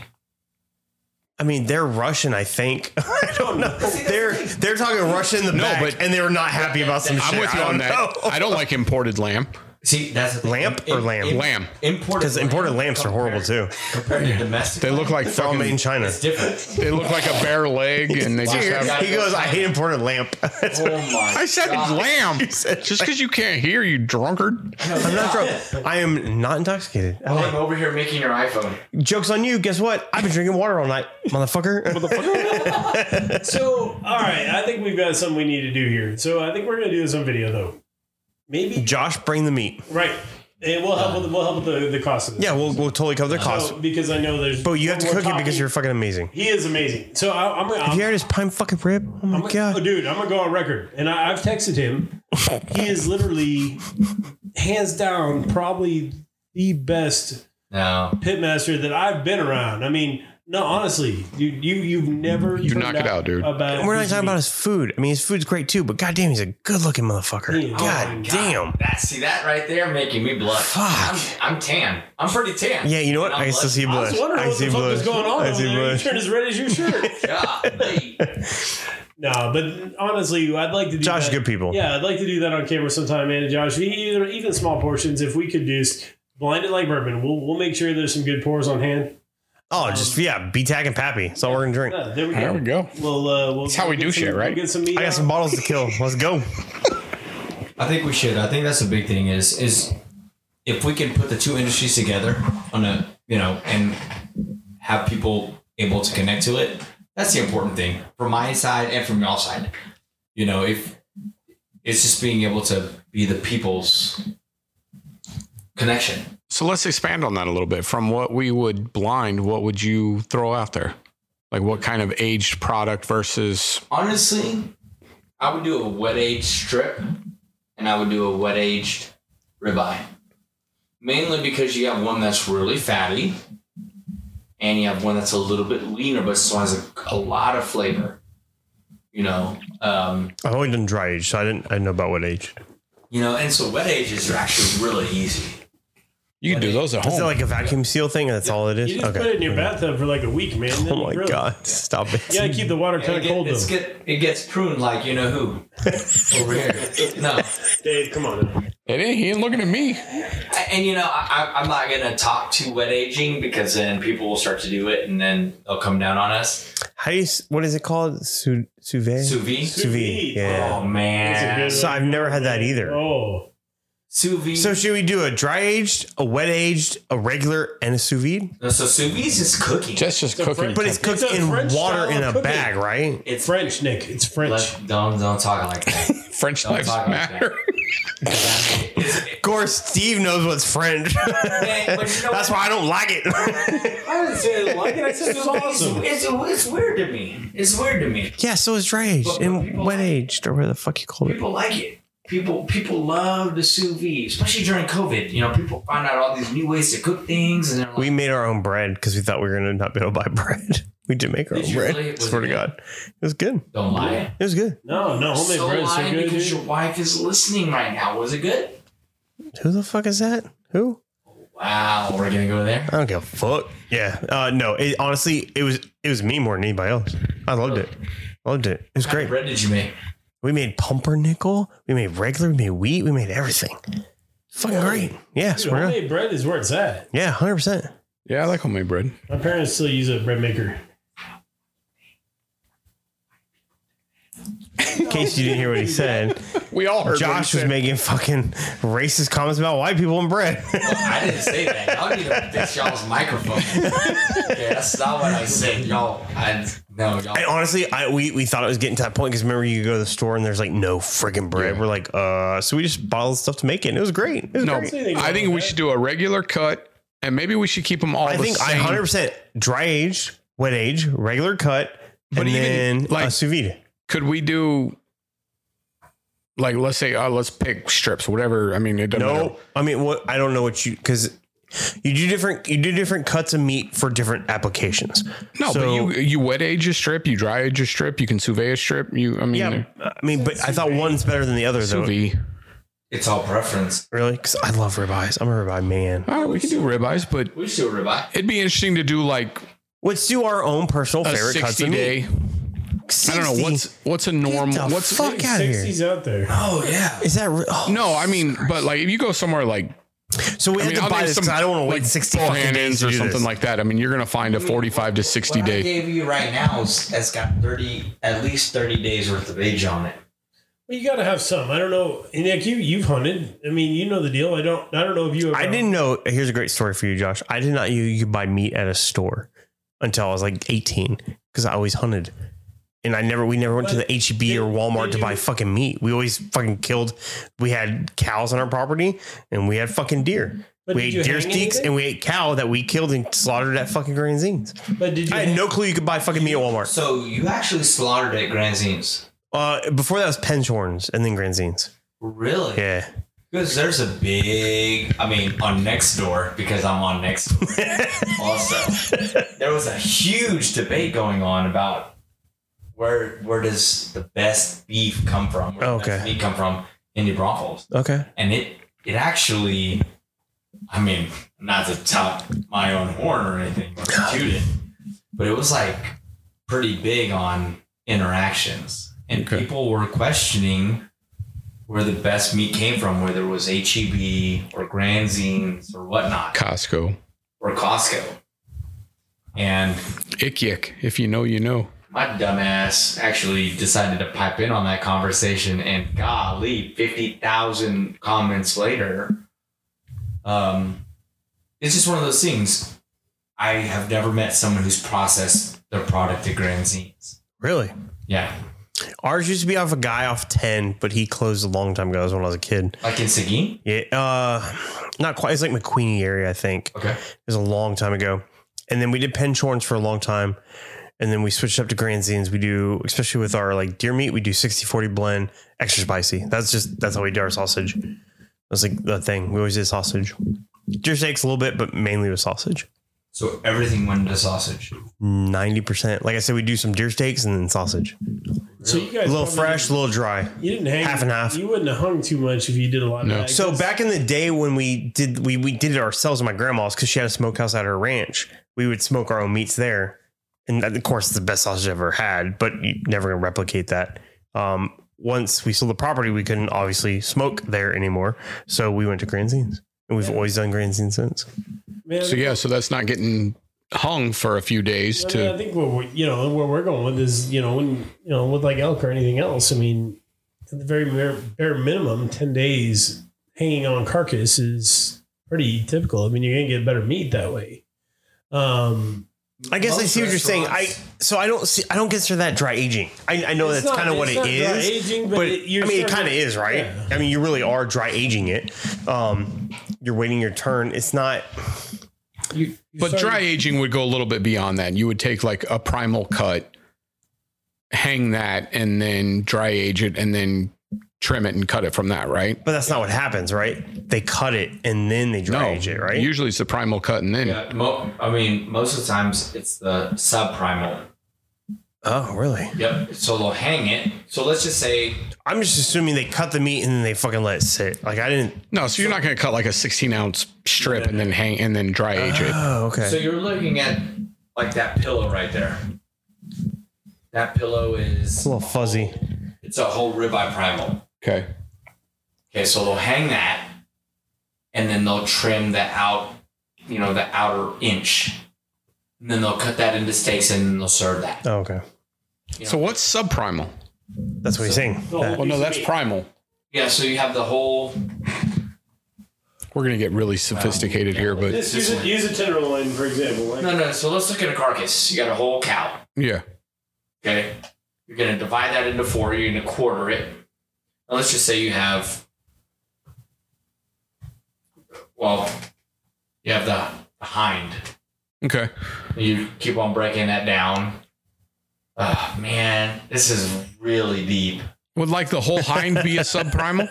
C: I mean, they're Russian, I think. I don't know. They're they're talking Russian in the
B: No,
C: back,
B: but-
C: and they were not happy about some shit.
B: I'm with you
C: I
B: on
C: don't
B: that.
C: know.
B: I don't like imported lamb.
D: See, that's the thing.
C: Lamp or lamb?
B: Lamb.
D: Imported
C: Because imported
D: lamb
C: lamps are horrible too.
D: compared to domestic.
B: They look like
C: They're all made
B: fucking.
C: in China.
D: it's different.
B: They look like a bare leg, and they just
D: Cheers.
B: have.
D: God.
C: He goes, I hate imported lamp.
D: Oh my!
B: I said lamb. Just because you can't hear, you drunkard.
C: I'm not drunk. I am not intoxicated. at all.
D: I'm over here making your iPhone.
C: Joke's on you. Guess what? I've been drinking water all night, motherfucker.
A: so, all right, I think we've got something we need to do here. So, I think we're gonna do this on video though. Maybe
C: Josh, bring the meat.
A: right. And we'll help with we'll help with the, the cost of this.
C: Yeah, we'll, we'll totally cover the cost.
A: So, because I know there's.
C: But you have to
A: we're
C: cook it
A: talking-
C: because you're fucking amazing.
A: He is amazing. So I, I'm gonna.
C: Have
A: I'm,
C: you heard his prime fucking rib? Oh
A: I'm
C: my
A: gonna-
C: god.
A: oh, dude, I'm gonna go on record, and I, I've texted him. he is literally, hands down, probably the best
D: No,
A: pitmaster that I've been around. I mean, no, honestly, you you you've never you
B: knock it out, dude.
A: About
C: We're not talking about his food. I mean, his food's great too, but goddamn, he's a good looking motherfucker.
A: He is.
D: Oh my
C: God,
D: God.
C: damn.
D: that see that right there making me blush.
C: Fuck.
D: I'm, I'm tan. I'm pretty tan.
C: Yeah, you know what?
D: And I'm
C: I can still see
A: I was
C: blush.
A: wondering
C: I
A: what
C: see
A: the fuck was
C: blush.
A: going on
C: I
A: over
C: see
A: there. You
C: blush.
A: turned as red as your shirt.
D: Golly.
A: no, but honestly, I'd like to do
C: Josh,
A: that.
C: good people.
A: Yeah, I'd like to do that on camera sometime, man. And Josh, e-, even, even small portions, if we could just blind it like bourbon, we'll we'll make sure there's some good pours on hand.
C: Oh, just, yeah, B Tag and Pappy. That's all we're gonna drink.
A: Yeah, there we go.
B: There we go.
A: We'll, uh, we'll That's
B: how we do shit, right?
A: We'll get some meat
C: I got
A: out.
C: some bottles to kill. Let's go.
D: I think we should. I think that's a big thing is is if we can put the two industries together on a you know and have people able to connect to it. That's the important thing from my side and from y'all side. You know, if it's just being able to be the people's connection.
B: So let's expand on that a little bit. From what we would blind, what would you throw out there? Like what kind of aged product versus
D: Honestly, I would do a wet aged strip and I would do a wet aged ribeye. Mainly because you have one that's really fatty and you have one that's a little bit leaner but still has a, a lot of flavor. You know, um,
C: I've only done dry age, so I didn't I didn't know about what age.
D: you know, and so wet ages are actually really easy.
B: you can do those at
C: Is it
B: home.
C: like a vacuum seal thing? and That's all it
A: You
C: is.
A: just put it in your
C: Okay.
A: bathtub for like a week, man. then
C: Oh
A: you
C: my
A: grill it.
C: god! Stop it.
A: You gotta keep the water
D: And
A: kind
D: it,
A: of
D: get,
A: cold
D: it's
A: though.
D: get, it gets pruned like you know who over here. No,
A: Dave, come on. now.
B: It ain't, he ain't looking at me.
D: and you know I, I- I'm not gonna talk too wet aging because then people will start to do it and then they'll come down on us.
C: How do you? s- What is it called? Sous sous vide.
D: Sous vide.
A: Sous
C: Sous vide.
A: vide.
C: Yeah.
D: Oh man,
A: That's a good-
C: So I've never had that either.
A: Oh,
D: sous vide. So,
C: So should we do a dry aged, a wet aged, a regular, and a sous vide?
D: so sous vide is just cooking.
B: That's just
A: So
B: cooking.
A: Frank-
C: But it's
A: It's
C: cooked
A: a
C: in
A: French
C: water
A: style
C: in a
A: cooking.
C: bag, right?
D: it's
A: French, Nick. It's French.
D: Let, don't don't talk like that.
B: French
D: Don't
B: knives
D: talk like
B: matter.
C: Of course, Steve knows what's French.
D: Hey, but you know
C: That's
D: what?
C: why I don't like it.
D: I didn't say it like it. I said it was awesome. It's, it's weird to me. It's weird to me.
C: yeah, so it's dry
D: But-
C: aged
D: but
C: and
D: people-
C: wet aged, or whatever the fuck you call it.
D: people like it. People people love the sous vide, especially during COVID. You know, people find out all these new ways to cook things, and they're like,
C: We made our own bread because we thought we were gonna not be able to buy bread. We did make our
D: Did
C: own
D: you
C: bread.
D: really? Was
C: Swear to
D: it-
C: God, it was good.
D: "Don't lie."
C: It was good.
A: No, no, homemade
D: so
A: bread is so
D: lying
A: good.
D: because
A: Dude.
D: your wife is listening right now. Was it good?
C: Who the fuck is that? Who?
D: Wow, we're gonna go there.
C: I don't give a fuck. Yeah. Uh, no. It, honestly, it was it was me more than anybody else. I loved it. Loved it. It was
D: What kind
C: great.
D: of bread did you make?
C: We made pumpernickel. We made regular. We made wheat. We made everything. Fucking great. Yeah,
A: Dude,
C: swear to God.
A: homemade bread is where it's at.
C: Yeah, hundred percent.
B: Yeah, I like homemade bread.
A: My parents still use a bread maker.
C: In case you didn't hear what he said,
B: We all heard. what he
C: Josh was
B: said.
C: making fucking racist comments about white people and bread.
D: I didn't say that. Y'all need to fix y'all's microphone. okay, that's not what I said. Y'all, I no y'all.
C: I honestly, I we, we thought it was getting to that point because remember you go to the store and there's like no friggin' bread. We're like, uh, so we just bottled stuff to make it. And it was great. It was
B: No,
C: great.
B: I think we should do a regular cut, and maybe we should keep them all.
C: I
B: the
C: think I
B: same.
C: hundred percent dry aged, wet aged, regular cut,
B: But
C: and
B: even,
C: then
B: like-
C: a sous vide.
B: could we do like let's say uh, let's pick strips whatever i mean it doesn't matter.
C: No, I mean, what I don't know what you because you do different you do different cuts of meat for different applications.
B: no
C: So-
B: but you you wet age a strip you dry age a strip you can sous vide a strip you i mean uh,
C: Yeah, I mean, but I thought one's better than the other
B: sous
C: though.
B: vide
D: It's all preference.
C: Really, because I love ribeyes. I'm a ribeye man.
B: all right Uh, we can do ribeyes but
D: We should do a ribeye.
B: it'd be interesting to do like
C: Let's do our own personal
B: a
C: favorite cuts
B: 60
C: of meat.
B: day i don't know what's what's a normal
C: the
B: what's
C: fuck out here?
A: Sixties out there.
D: Oh yeah.
C: Is that re- oh,
B: no i mean but like if you go somewhere like
C: So we
B: i
C: have
B: mean
C: to
B: I'll
C: buy
B: do
C: this because I don't want to wait
B: like,
C: sixty fucking
B: forehand
C: days
B: ends
C: to
B: or
C: do
B: something
C: this.
B: like that i mean you're gonna find a 45 to 60
D: What I
B: day
D: gave you right now is has got thirty, at least thirty days worth of age on it.
A: Well, you got to have some. I don't know, and Nick, you you've hunted. I mean, you know the deal. I don't. I don't know if you. Ever
C: I didn't know. Here's a great story for you, Josh. I did not know you could buy meat at a store until I was like 18 because I always hunted. And I never, we never went to the HEB or Walmart to buy fucking meat. We always fucking killed. We had cows on our property and we had fucking deer.
A: But
C: we
A: did
C: ate
A: you
C: deer
A: hang
C: steaks
A: anything?
C: and we ate cow that we killed and slaughtered at fucking Granzines.
A: But did you?
C: I had no clue you could buy fucking meat at Walmart.
D: So you actually slaughtered at Granzines.
C: Uh, before that was Penchorns and then Granzines.
D: Really?
C: Yeah.
D: Because there's a big, I mean, on next door because I'm on next door. also, there was a huge debate going on about where where does the best beef come from? Where does the best
C: Okay.
D: meat come from in New Braunfels,
C: Okay.
D: and it it actually, I mean, not to top my own horn or anything, or toot it, but it was like pretty big on interactions, and
B: Okay.
D: people were questioning where the best meat came from, whether it was HEB or Granzines or whatnot
B: costco
D: or Costco. And
B: ick yick if you know you know
D: my dumbass actually decided to pipe in on that conversation, and golly, fifty thousand comments later, um, it's just one of those things. I have never met someone who's processed their product at Grand Zines.
C: Really?
D: Yeah,
C: Ours used to be off a guy off 10, but he closed a long time ago. It was when I was a kid.
D: like in Seguin.
C: Yeah. Uh, not quite. It's like McQueenie area, I think.
D: Okay,
C: It was a long time ago. And then we did Penchorns for a long time. And then we switched up to Grand Zines. We do, especially with our like deer meat, we do 60 40 blend, extra spicy. That's just, that's how we do our sausage. That's like the thing. We always did sausage. Deer steaks a little bit, but mainly with sausage.
D: so everything went into sausage.
C: 90%. Like I said, we do some deer steaks and then sausage.
A: So you guys
C: A little
A: probably
C: fresh, a little dry.
A: didn't- You didn't hang
C: half and half.
A: You wouldn't have hung too much if you did a lot.
B: No.
A: of that.
C: So back in the day when we did we we did it ourselves at my grandma's because she had a smokehouse at her ranch. We would smoke our own meats there, and that, of course it's the best sausage I've ever had. But you never gonna replicate that. Um, once we sold the property, we couldn't obviously smoke there anymore, so we went to Grand Zines, and we've always done Grand Zines since.
A: Man,
B: So yeah, so that's not getting hung for a few days
A: I, mean, I
B: to
A: think what we're, you know where we're going with is you know when you know with like elk or anything else. I mean, at the very bare, bare minimum, ten days hanging on carcass is pretty typical. I mean, you're gonna get better meat that way. Um,
C: I guess I
D: Most
C: see what you're saying. I
D: restaurants-
C: so I don't see I don't consider that dry aging. I, I know
A: It's
C: that's
A: not-
C: kind of what
A: it's
C: it
A: not dry
C: is.
A: aging, but
C: but
A: it- you're
C: I mean, it
A: starting-
C: kind of is, right?
A: Yeah.
C: I mean, you really are dry aging it. Um, you're waiting your turn. It's not.
A: you, you
B: but
A: start-
B: dry aging would go a little bit beyond that. You would take like a primal cut, hang that, and then dry age it, and then trim it and cut it from that, right?
C: But that's not what happens, right? They cut it and then they dry age it, right?
B: Usually it's the primal cut, and then
D: Yeah, mo- I mean, most of the times it's the subprimal.
C: oh, really?
D: Yep. So they'll hang it. So let's just say
C: I'm just assuming they cut the meat and then they fucking let it sit. Like I didn't.
B: no. So you're not going to cut like a 16 ounce strip and then hang and then dry age it.
C: Oh,
D: So
C: okay.
D: you're looking at like that pillow right there. That pillow
C: It's
D: is
C: a little fuzzy.
D: it's a whole ribeye primal.
B: Okay.
D: Okay, so they'll hang that and then they'll trim the out, you know, the outer inch. And then they'll cut that into steaks and then they'll serve that.
C: Oh, okay.
B: So what's subprimal?
C: That's what he's saying.
A: No,
C: That-
B: Well, no, that's primal.
D: Yeah, so you have the whole
B: We're going to get really sophisticated here, but
A: Just use a, use a tenderloin for example. Like,
D: No, no, so let's look at a carcass. You got a whole cow.
B: yeah.
D: Okay. You're gonna divide that into four, you're gonna quarter it. And let's just say you have well, you have the, the hind.
B: Okay.
D: You keep on breaking that down. Oh man, this is really deep.
B: Would like the whole hind be a subprimal?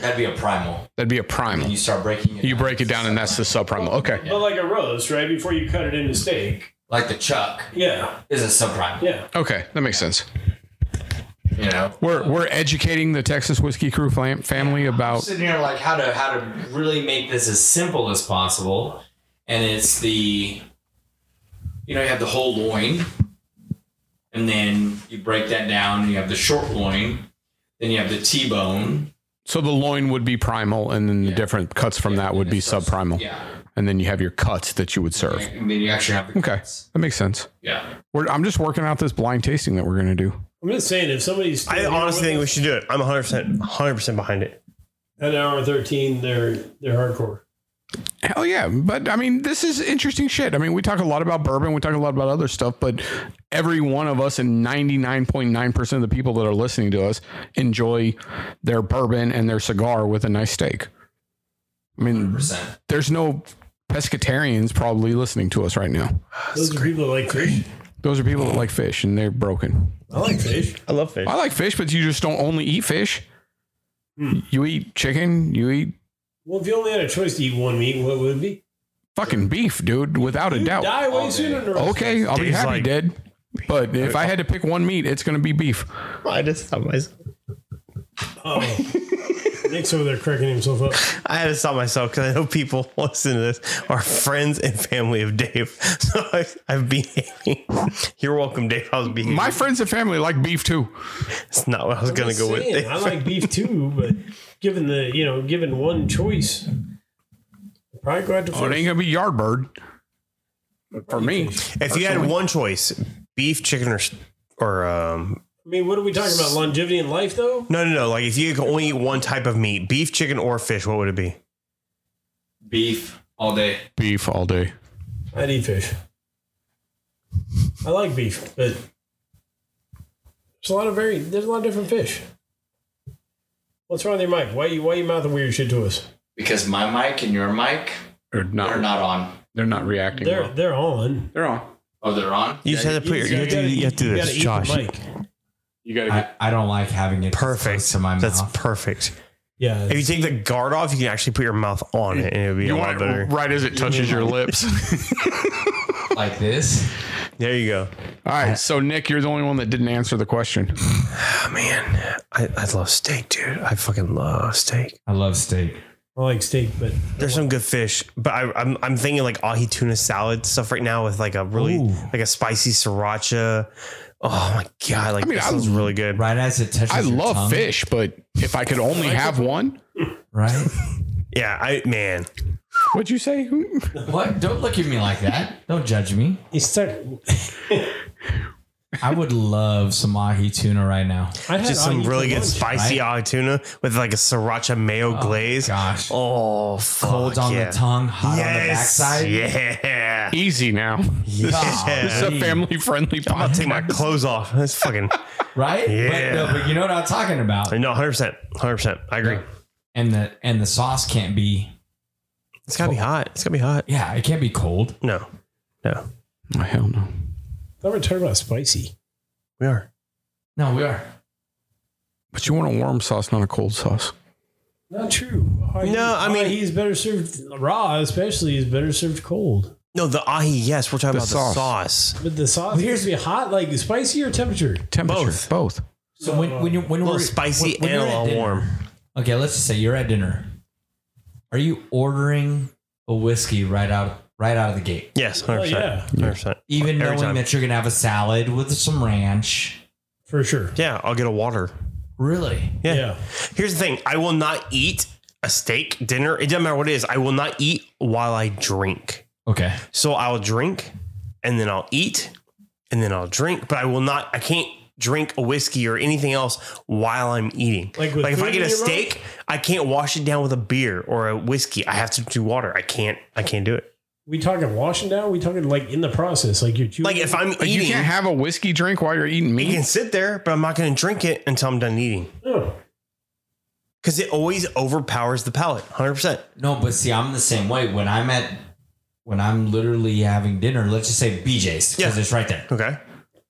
D: That'd be a primal.
B: That'd be a
D: And
B: primal.
D: you start breaking it.
B: You break it down, and that's the subprimal. Okay.
A: But like a roast, right? Before you cut it into steak.
D: like the chuck
A: Yeah,
D: is a subprimal.
A: yeah.
B: Okay, that makes sense.
D: You know,
B: We're we're educating the Texas whiskey crew fam- family about
D: sitting here like how to how to really make this as simple as possible, and it's the you know you have the whole loin, and then you break that down. And you have the short loin, then you have the T-bone.
B: so the loin would be primal, and then the different cuts from that would be subprimal,
D: Yeah,
B: and then you have your cuts that you would serve.
D: and then you actually have the
B: Okay,
D: cuts.
B: that makes sense.
D: Yeah.
B: We're, I'm just working out this blind tasting that we're gonna do.
A: I'm just saying, if somebody's still
C: I
A: here
C: honestly
A: with
C: think we
A: us
C: should do it. I'm 100 percent 100 percent behind it.
A: at an hour thirteen, they're they're hardcore.
B: Hell yeah, but I mean, this is interesting shit. I mean, we talk a lot about bourbon, we talk a lot about other stuff, but every one of us and 99.9% of the people that are listening to us enjoy their bourbon and their cigar with a nice steak. I mean,
D: Percent.
B: there's no pescatarians probably listening to us right now.
A: Those are people that like fish.
B: Those are people that like fish and they're broken.
A: I like fish.
C: I love fish.
B: I like fish, but you just don't only eat fish. You eat chicken, you eat
A: Well, if you only had a choice to eat one meat, what would it be?
B: fucking beef, dude, without a
C: Oh.
B: doubt.
A: Die way
D: All
A: sooner.
D: day.
A: Than the rest
B: Okay, I'll be
C: Dave's
B: happy,
C: like-
B: dead. But if I had to pick one meat, it's going to be beef.
C: I just stopped myself.
A: of us. Oh. Nick's over there cracking himself up.
C: I had to stop myself because I know people listen to this are friends and family of Dave. So I, I'm behaving. You're welcome, Dave. I was behaving.
B: My friends and family like beef too.
C: It's not what I was going to go with.
A: Saying,
C: Dave.
A: I like beef too, but given the you know given one choice, I'd probably go out to
B: So it
A: fish.
B: ain't going to be yard bird for me.
C: If you had one choice, beef, chicken, or s- or um,
A: I mean, what are we talking about? Longevity in life, though.
C: no, no, no. Like if you could only eat one type of meat, beef, chicken, or fish, what would it be?
D: Beef all day.
B: Beef all day.
A: I'd eat fish. I like beef, but there's a lot of very there's a lot of different fish. What's wrong with your mic? Why you why you mouthing weird shit to us?
E: Because my mic and your mic
B: Or not?
E: are
B: They're not,
E: not on.
B: reacting.
A: They're
B: well.
A: they're on.
B: They're on.
E: Oh, they're on.
C: You just have to put your. You have to, you have to do this,
A: gotta eat the
C: Josh.
A: mic.
B: You gotta. Get,
D: I, I don't like having it
C: Perfect.
D: close to my
C: That's
D: mouth.
C: perfect.
A: Yeah.
C: If you take the guard off, you can actually put your mouth on it, and it'll be
B: you
C: a lot
B: want it
C: better.
B: right as it touches your lips.
D: like this.
C: There you go.
B: All right. So Nick, you're the only one that didn't answer the question.
C: Oh man, I, I love steak, dude. I fucking love steak.
D: I love steak.
A: I like steak, but
C: There's some good fish, but I, I'm I'm thinking like ahi tuna salad stuff right now with like a really
D: Ooh.
C: like a spicy sriracha. Oh my god, like
B: I mean,
C: this
B: I-
C: is really good.
D: Right as it touches
B: I
D: your
B: love
D: tongue,
B: fish, but if I could only have one,
D: Right?
C: Yeah, I man,
B: what'd you say?
D: what? Don't look at me like that. Don't judge me.
A: it's stuck.
D: I would love some ahi tuna right now.
A: I had
C: just some
A: ahi
C: really
A: for
C: good
A: lunch.
C: spicy ahi tuna with like a sriracha mayo glaze.
D: Oh, Gosh.
C: Oh, fuck,
D: Cold on
C: yeah.
D: the tongue, hot on the
C: Yes,
D: backside.
C: yeah.
B: Easy now. This is a
D: Golly.
B: family friendly
C: I'm about to take my
B: podcast.
C: clothes off. That's fucking
D: Right?
C: Yeah.
D: But, no, but you know what I'm talking about.
C: no, hundred percent, hundred percent. I agree.
D: And the and the sauce can't be
C: It's gotta be hot. It's gotta be hot.
D: yeah, it can't be cold.
C: No, no,
B: Oh, hell no.
A: I thought we were talking about spicy.
C: we are.
D: No, we are.
B: But you want a warm sauce, not a cold sauce.
A: Not true. Ahi-
C: No, I mean-
A: he's better served raw, especially is better served cold.
C: No, the ahi. Yes, we're talking
B: The sauce.
C: about the sauce.
A: But the sauce needs to be hot, like spicy or temperature.
B: Temperature.
C: Both.
B: Both.
D: So when when you when
C: A
D: we're
C: little spicy
D: when- when
C: and a
D: you're at
C: little
D: dinner-
C: warm.
D: Okay, let's just say you're at dinner. Are you ordering a whiskey right out right out of the gate?
C: Yes, hundred percent.
A: yeah,
C: Hundred percent.
D: Even
C: Every
D: knowing
C: time.
D: that you're gonna have a salad with some ranch.
A: for sure.
C: Yeah, I'll get a water.
D: Really?
C: Yeah.
A: yeah.
C: Here's the thing: I will not eat a steak dinner. It doesn't matter what it is. I will not eat while I drink.
D: Okay.
C: So I'll drink, and then I'll eat, and then I'll drink. But I will not. I can't drink a whiskey or anything else while I'm eating.
A: Like
C: Like,
A: with
C: if
A: food
C: I
A: in
C: get a
A: your mouth?
C: steak, I can't wash it down with a beer or a whiskey. I have to do water. I can't. I can't do it.
A: We talking washing down? We talking like in the process, like you're chewing.
C: Like if I'm
B: Like
C: eating,
B: you can't have a whiskey drink while you're eating
C: I
B: meat.
C: can sit there, but I'm not going to drink it until I'm done eating
A: No.
C: because it always overpowers the palate. 100%.
D: No, but see, I'm the same way. When I'm at when I'm literally having dinner, let's just say BJ's because
C: Yeah.
D: it's right there.
C: Okay.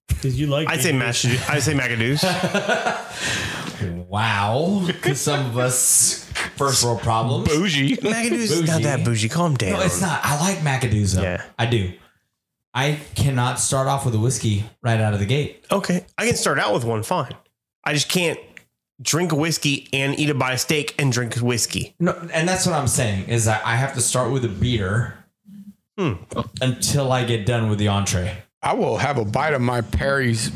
A: because you like.
C: I'd say mashed, I'd say macadoos.
D: Wow, because some of us first world problems.
B: Bougie.
C: macadoos is not
D: Bougie.
C: that bougie. Calm down.
D: No, it's not. I like McAdoo's though.
C: Yeah.
D: I do. I cannot start off with a whiskey right out of the gate.
C: Okay. I can start out with one fine. I just can't drink whiskey and eat a bite of steak and drink whiskey.
D: No, and that's what I'm saying is that I have to start with a beer until I get done with the entree.
B: I will have a bite of my Perry's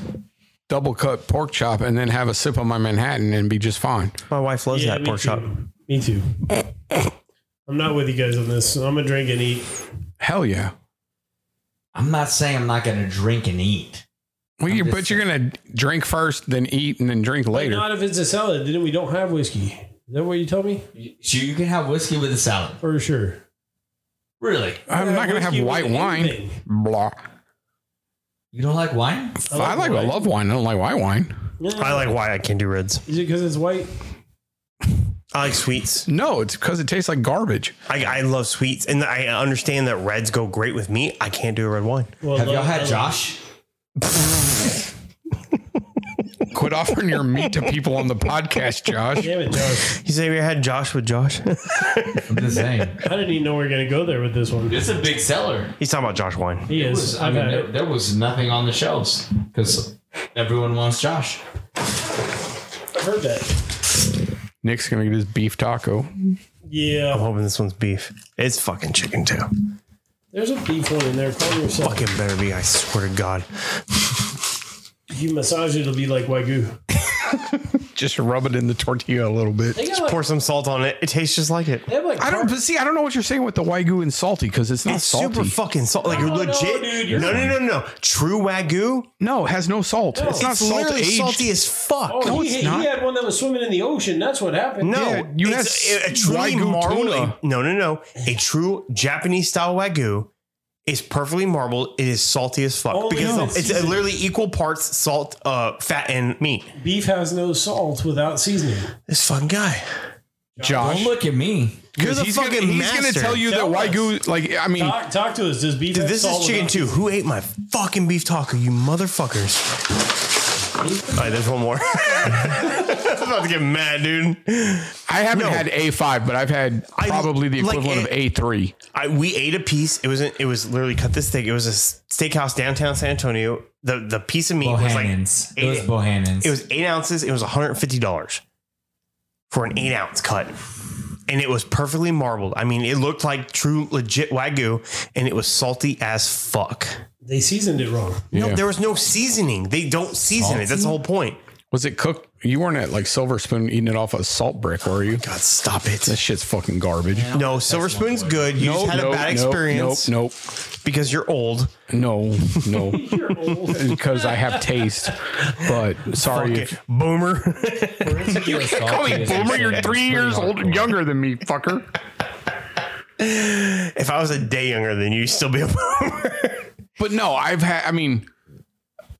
B: double cut pork chop and then have a sip of my Manhattan and be just fine.
C: My wife loves
A: Yeah,
C: that
A: me
C: pork
A: too.
C: chop.
A: Me too. I'm not with you guys on this. I'm gonna drink and eat.
B: Hell yeah.
D: I'm not saying I'm not going to drink and eat.
B: Well, you, but you're gonna drink first, then eat, and then drink later.
A: Not if it's a salad. Then we don't have whiskey. Is that what you tell me?
D: So you can have whiskey with a salad.
A: For sure.
D: Really?
B: I'm not gonna have
A: Whiskey with
B: white wine.
A: anything.
B: Blah.
D: You don't like wine?
B: I like, I
A: white.
B: love wine. I don't like white wine.
A: Yeah.
C: I like why I can't do reds.
A: Is it because it's white?
C: I like sweets.
B: No, it's because it tastes like garbage.
C: I, I love sweets. And I understand that reds go great with meat. I can't do a red wine.
A: Well,
D: Have
A: no,
D: y'all
A: I
D: had
A: like-
D: Josh?
B: Quit offering your meat to people on the podcast, Josh.
A: Damn it, Josh!
C: You say we had Josh with Josh?
D: I'm just saying.
A: I didn't even know we were gonna go there with this one.
E: It's a big seller.
C: He's talking about Josh wine.
A: Yes,
E: I
A: I've
E: mean,
A: had
E: there,
A: it.
E: there was nothing on the shelves because everyone wants Josh.
A: I've heard that.
B: Nick's gonna get his beef taco.
C: I'm
A: Yeah,
C: hoping Oh, this one's beef. It's fucking chicken too.
A: there's a beef one in there. Call yourself.
C: Fucking better be, I swear to God.
A: You massage it, it'll be like wagyu.
B: Just rub it in the tortilla a little bit.
A: They got
C: Just
A: like,
C: pour some salt on it. It tastes just like it.
A: they have like
B: I don't but see. I don't know what you're saying with the wagyu and salty because it's not
C: It's
B: salty.
C: super fucking salt. Like you're
A: No, no,
C: legit.
A: dude, you're
C: No, no, no, no, no. True wagyu.
B: no, it has no salt. it's not
C: Oh. It's
B: salt
C: literally
B: aged.
C: salty as fuck.
A: Oh,
B: No,
A: he,
B: it's
A: he
B: not.
A: had one that was swimming in the ocean. That's what happened.
C: no,
B: yeah, you
C: it's
B: have
C: a, a truly
B: wagyu
C: marley.
B: tuna.
C: No, no, no. A true Japanese style wagyu It's perfectly marbled. It is salty as fuck
A: Only
C: because
A: on
C: it's
A: seasoning.
C: literally equal parts salt, uh, fat, and meat.
A: Beef has no salt without seasoning.
C: This fucking guy.
F: Don't
B: Josh.
F: look at me.
C: You're the
B: he's
C: fucking
B: gonna, he's
C: master. Uh,
B: gonna tell you that
A: Tell us.
B: Wagyu, like, I mean,
A: Talk, talk to us. Does beef?
C: Dude,
A: have
C: this
A: salt
C: is chicken
A: without-
C: too. Who ate my fucking beef taco? You motherfuckers! All right, there's one more. I'm about to get mad, dude.
B: I haven't
C: No.
B: had A5, but I've had
C: I-
B: probably the
C: like,
B: equivalent
C: eh,
B: of A3.
C: I we ate a piece. It wasn't. It was literally cut this steak. It was a s- steakhouse downtown San Antonio. The the piece of meat was like
F: Bohannon's. it was
C: eight- e-
F: Bohannon's.
C: it was eight ounces. It was 150 dollars for an eight ounce cut, and it was perfectly marbled. I mean, it looked like true legit wagyu, and it was salty as fuck.
A: They seasoned it wrong.
B: Yeah.
C: No, there was no seasoning. They don't season it. That's the whole point.
B: Was it cooked? You weren't at like Silver Spoon eating it off a salt brick, were you?
C: God, stop
B: That
C: it.
B: shit's fucking garbage.
C: No, Silver Spoon's good. You just had a bad experience
B: Nope,
C: because you're old.
B: nope, no, no, because I have taste. But sorry,
C: Okay,
B: if,
C: boomer.
F: you can't call me
B: Boomer, you're three years old, younger than me, fucker.
C: if I was a day younger than you, you'd still be a boomer.
B: But no, I've had. I mean,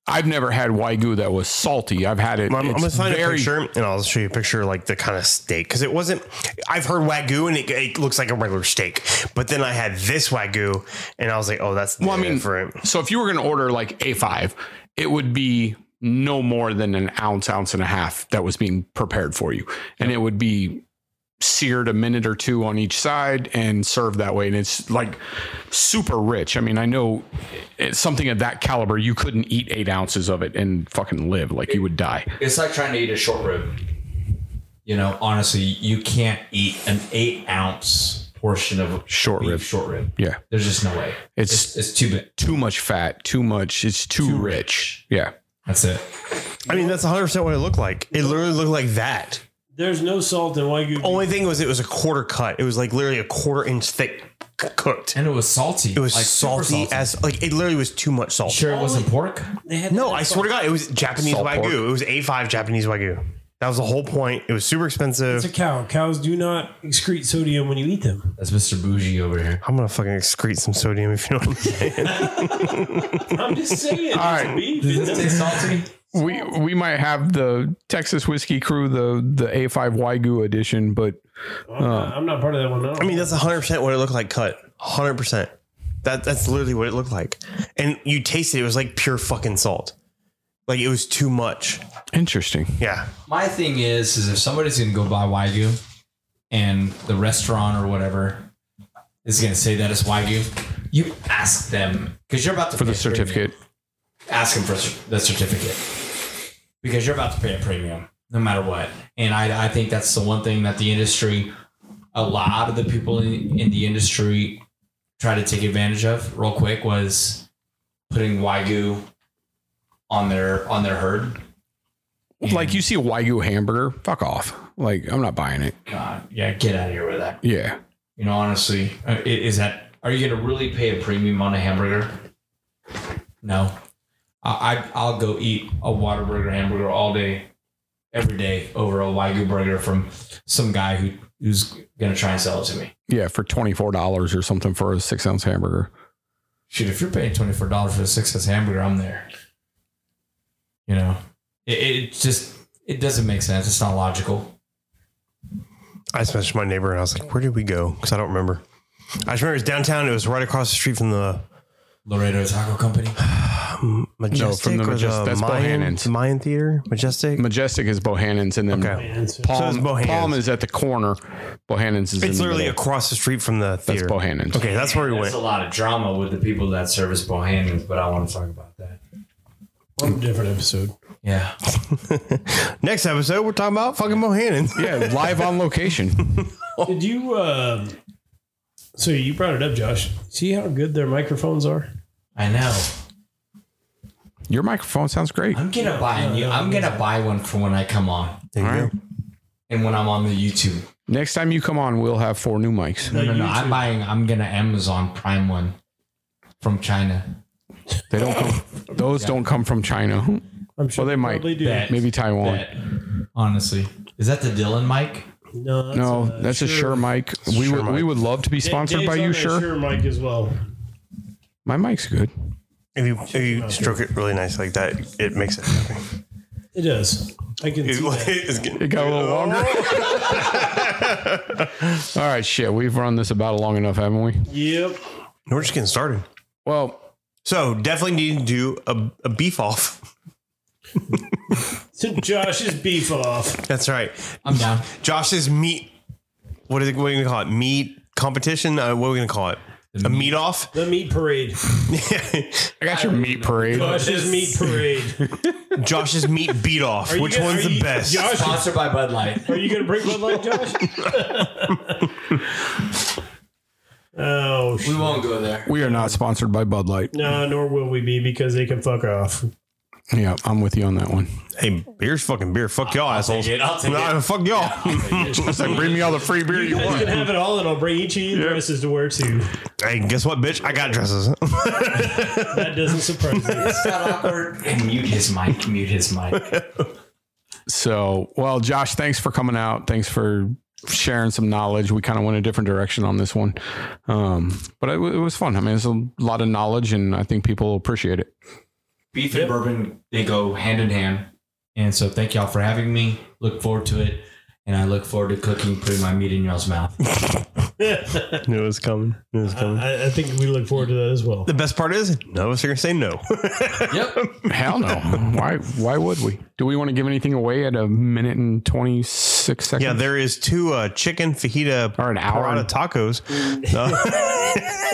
B: I've never had wagyu that was salty. I've had it.
C: I'm, I'm
B: it's
C: gonna find a
B: very-
C: picture and I'll show you a picture of, like the kind of steak because it wasn't. I've heard wagyu and it, it looks like a regular steak, but then I had this wagyu and I was like, oh, that's
B: Well, I mean,
C: different.
B: So if you were going to order like A5, it would be no more than an ounce, ounce and a half that was being prepared for you. And it would be seared a minute or two on each side and served that way. And it's like super rich. I mean, I know it's something of that caliber, you couldn't eat eight ounces of it and fucking live. Like you would die.
G: It's like trying to eat a short rib.
F: You know, honestly, you can't eat.
D: eat an eight ounce portion of
B: Short
D: beef
B: rib.
D: Short rib.
B: Yeah.
D: There's just no way.
B: It's-
D: It's it's too big.
B: Too much fat, too much. It's too, rich. Yeah.
D: That's it.
C: I mean, that's 100 percent what it looked like. It literally looked like that.
A: There's no salt in wagyu. beef.
B: Oh,
C: Only thing was, it was a quarter cut. It was like literally a quarter inch thick, c- cooked.
F: And it was salty.
C: It was
F: super
C: salty, as like it literally was too much salt.
F: Sure, it wasn't pork.
A: They had
C: No,
A: that
C: I
A: salt.
C: swear to God, it was Japanese
B: Salt
C: wagyu.
B: pork.
C: It was A5 Japanese wagyu. That was the whole point. It was super expensive.
A: It's a cow. Cows do not excrete sodium when you eat them.
D: That's Mr. Bougie over here.
C: I'm gonna fucking excrete some sodium if you know what I'm saying.
A: I'm just saying. All
B: right.
A: Beef.
F: Does this taste salty?
B: we we might have the Texas whiskey crew the the A5 Wagyu edition, but
A: I'm, not, I'm not part of that one. No.
C: I mean, that's 100 percent what it looked like. Cut 100. percent That that's literally what it looked like. And you tasted it, it was like pure fucking salt. Like it was too much.
B: interesting.
C: Yeah.
D: My thing is, is if somebody's gonna go buy wagyu, and the restaurant or whatever is gonna say that it's wagyu, you ask them because you're about to
B: for the
D: pay a premium.
B: certificate.
D: Ask them for cer- the certificate because you're about to pay a premium no matter what. And I I think that's the one thing that the industry, a lot of the people in, in the industry, try to take advantage of real quick was putting wagyu on their on their herd.
B: Like you see a Wagyu hamburger, fuck off. Like I'm not buying it.
D: God, yeah, get out of here with that.
B: Yeah.
D: You know, honestly, uh, i- is that are you gonna really pay a premium on a hamburger? No, I, I I'll go eat a Whataburger hamburger all day, every day over a Wagyu burger from some guy who who's gonna try and sell it to me.
B: Yeah, for twenty four dollars or something for a six ounce hamburger.
D: Shoot, if you're paying twenty four dollars for a six ounce hamburger, I'm there. You know, it, it just it doesn't make sense. It's not logical.
C: I just messaged my neighbor and I was like, "Where did we go?" Because I don't remember. I just remember it was downtown. It was right across the street from the
D: Laredo Taco Company.
C: Majestic
B: the
C: or
B: Majestic-
C: the
B: that's
C: Mayan,
B: Bohannon's.
C: Mayan Theater. Majestic.
B: Majestic is Bohannon's and then
C: Okay.
A: Man, so-
B: Palm,
C: So it's Bohannon's.
B: Palm is at the corner. Bohannon's is in
C: It's
B: the
C: literally
B: middle.
C: across the street from the
B: That's
C: theater.
B: Bohannon's.
C: Okay, that's where we
D: There's
C: went.
D: a lot of drama with the people that service Bohemians, but I want to talk about that.
A: From a different episode.
D: Yeah.
C: Next episode, we're talking about fucking Bohannon.
B: Yeah, live on location.
A: Did you? Uh, so you brought it up, Josh. See how good their microphones are.
D: I know.
B: Your microphone sounds great.
D: I'm gonna buy a new. I'm gonna buy one for when I come on and when I'm on the YouTube.
B: Next time you come on, we'll have four new mics.
D: No, no, no. I'm buying. I'm gonna Amazon Prime one from China.
B: They don't come. Those don't come from China.
A: I'm sure.
B: Well, they might.
A: probably do.
D: Bet.
B: Maybe Taiwan.
D: Bet. Honestly, is that the Dylan mic?
A: No, that's,
B: No,
A: uh,
B: that's a sure mic. We would we would love to be
A: Da-
B: sponsored
A: Dave's
B: by
A: on
B: you,
A: that
B: sure.
A: Sure, Mike as well.
B: My mic's good.
C: If you if you stroke it really nice like that, it makes it happy.
A: It does. I can see that.
C: It's getting-
B: It got a little longer. All right, shit. We've run this about long enough, haven't we?
A: Yep.
C: We're just getting started.
B: Well,
C: So definitely need to do a, a beef off.
A: So Josh's beef off.
C: That's right.
H: I'm down.
C: Josh's meat. What is it? What are we gonna call it? Meat competition. Uh, what are we gonna call it? a meat off.
A: The meat parade.
B: I got your meat parade.
A: Josh's meat parade.
C: Josh's meat beat off.
A: Are you
C: Which
A: gonna-
C: one's
A: are
C: the
A: you-
C: best?
A: Josh,
H: Sponsored by Bud Light.
A: are you going to bring Bud Light, Josh? oh,
D: We
A: sh-
D: won't go there.
B: We are not sponsored by Bud Light.
A: no, nor will we be because they can fuck off.
B: Yeah, I'm with you on that one.
C: Hey, beer's fucking beer. Fuck
A: Ah,
C: y'all assholes.
H: take it. I'll take
C: Nah, Fuck y'all.
B: It's like, bring me all the free beer you
A: You guys
B: want.
A: can have it all, and I'll bring each of you dresses to wear too.
C: hey, guess what, bitch? I got dresses.
A: That doesn't surprise me.
H: It's not awkward. And mute his mic. Mute his mic.
B: So, well, Josh, thanks for coming out. Thanks for sharing some knowledge. We kind of went a different direction on this one, um, but it, wa- it was fun. I mean, it's a lot of knowledge, and I think people appreciate it.
I: beef and bourbon they go hand in hand and so thank y'all for having me look forward to it and i look forward to cooking putting my meat in y'all's mouth
C: Knew it was coming. Knew it was coming.
A: I, I think we look forward to that as well.
C: the best part is none of us are gonna say no.
H: Yep.
B: Hell no. why? Why would we? Do we want to give anything away at a minute and twenty six seconds?
C: yeah, there is two uh, chicken fajita
B: Or an hour.
C: parada tacos. Uh,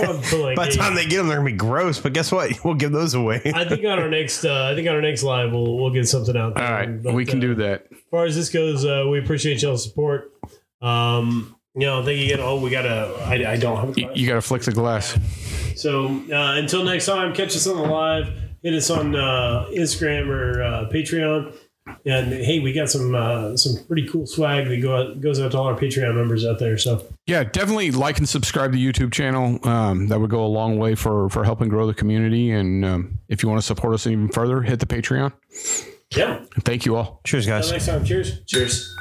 A: Up to, like,
C: by the
A: eight.
C: time they get them, they're gonna be gross. But guess what? We'll give those away.
A: I think on our next, uh, I think on our next live, we'll we'll get something out. There.
B: All right,
A: But,
B: we can
A: uh,
B: do that.
A: As far as this goes, uh, we appreciate y'all's support. Um, you know, thank you again. Oh, we gotta. I, I don't have. A
B: You, you got to flick the glass.
A: So uh, until next time, catch us on the live. Hit us on uh, Instagram or uh, Patreon. And hey, we got some uh, some pretty cool swag that go out, goes out to all our Patreon members out there. So
B: Yeah, definitely like and subscribe to the YouTube channel. Um, that would go a long way for for helping grow the community. And um, if you want to support us even further, hit the Patreon.
A: yeah,
B: Thank you all.
C: Cheers, guys.
A: until next time. Cheers.
D: Cheers.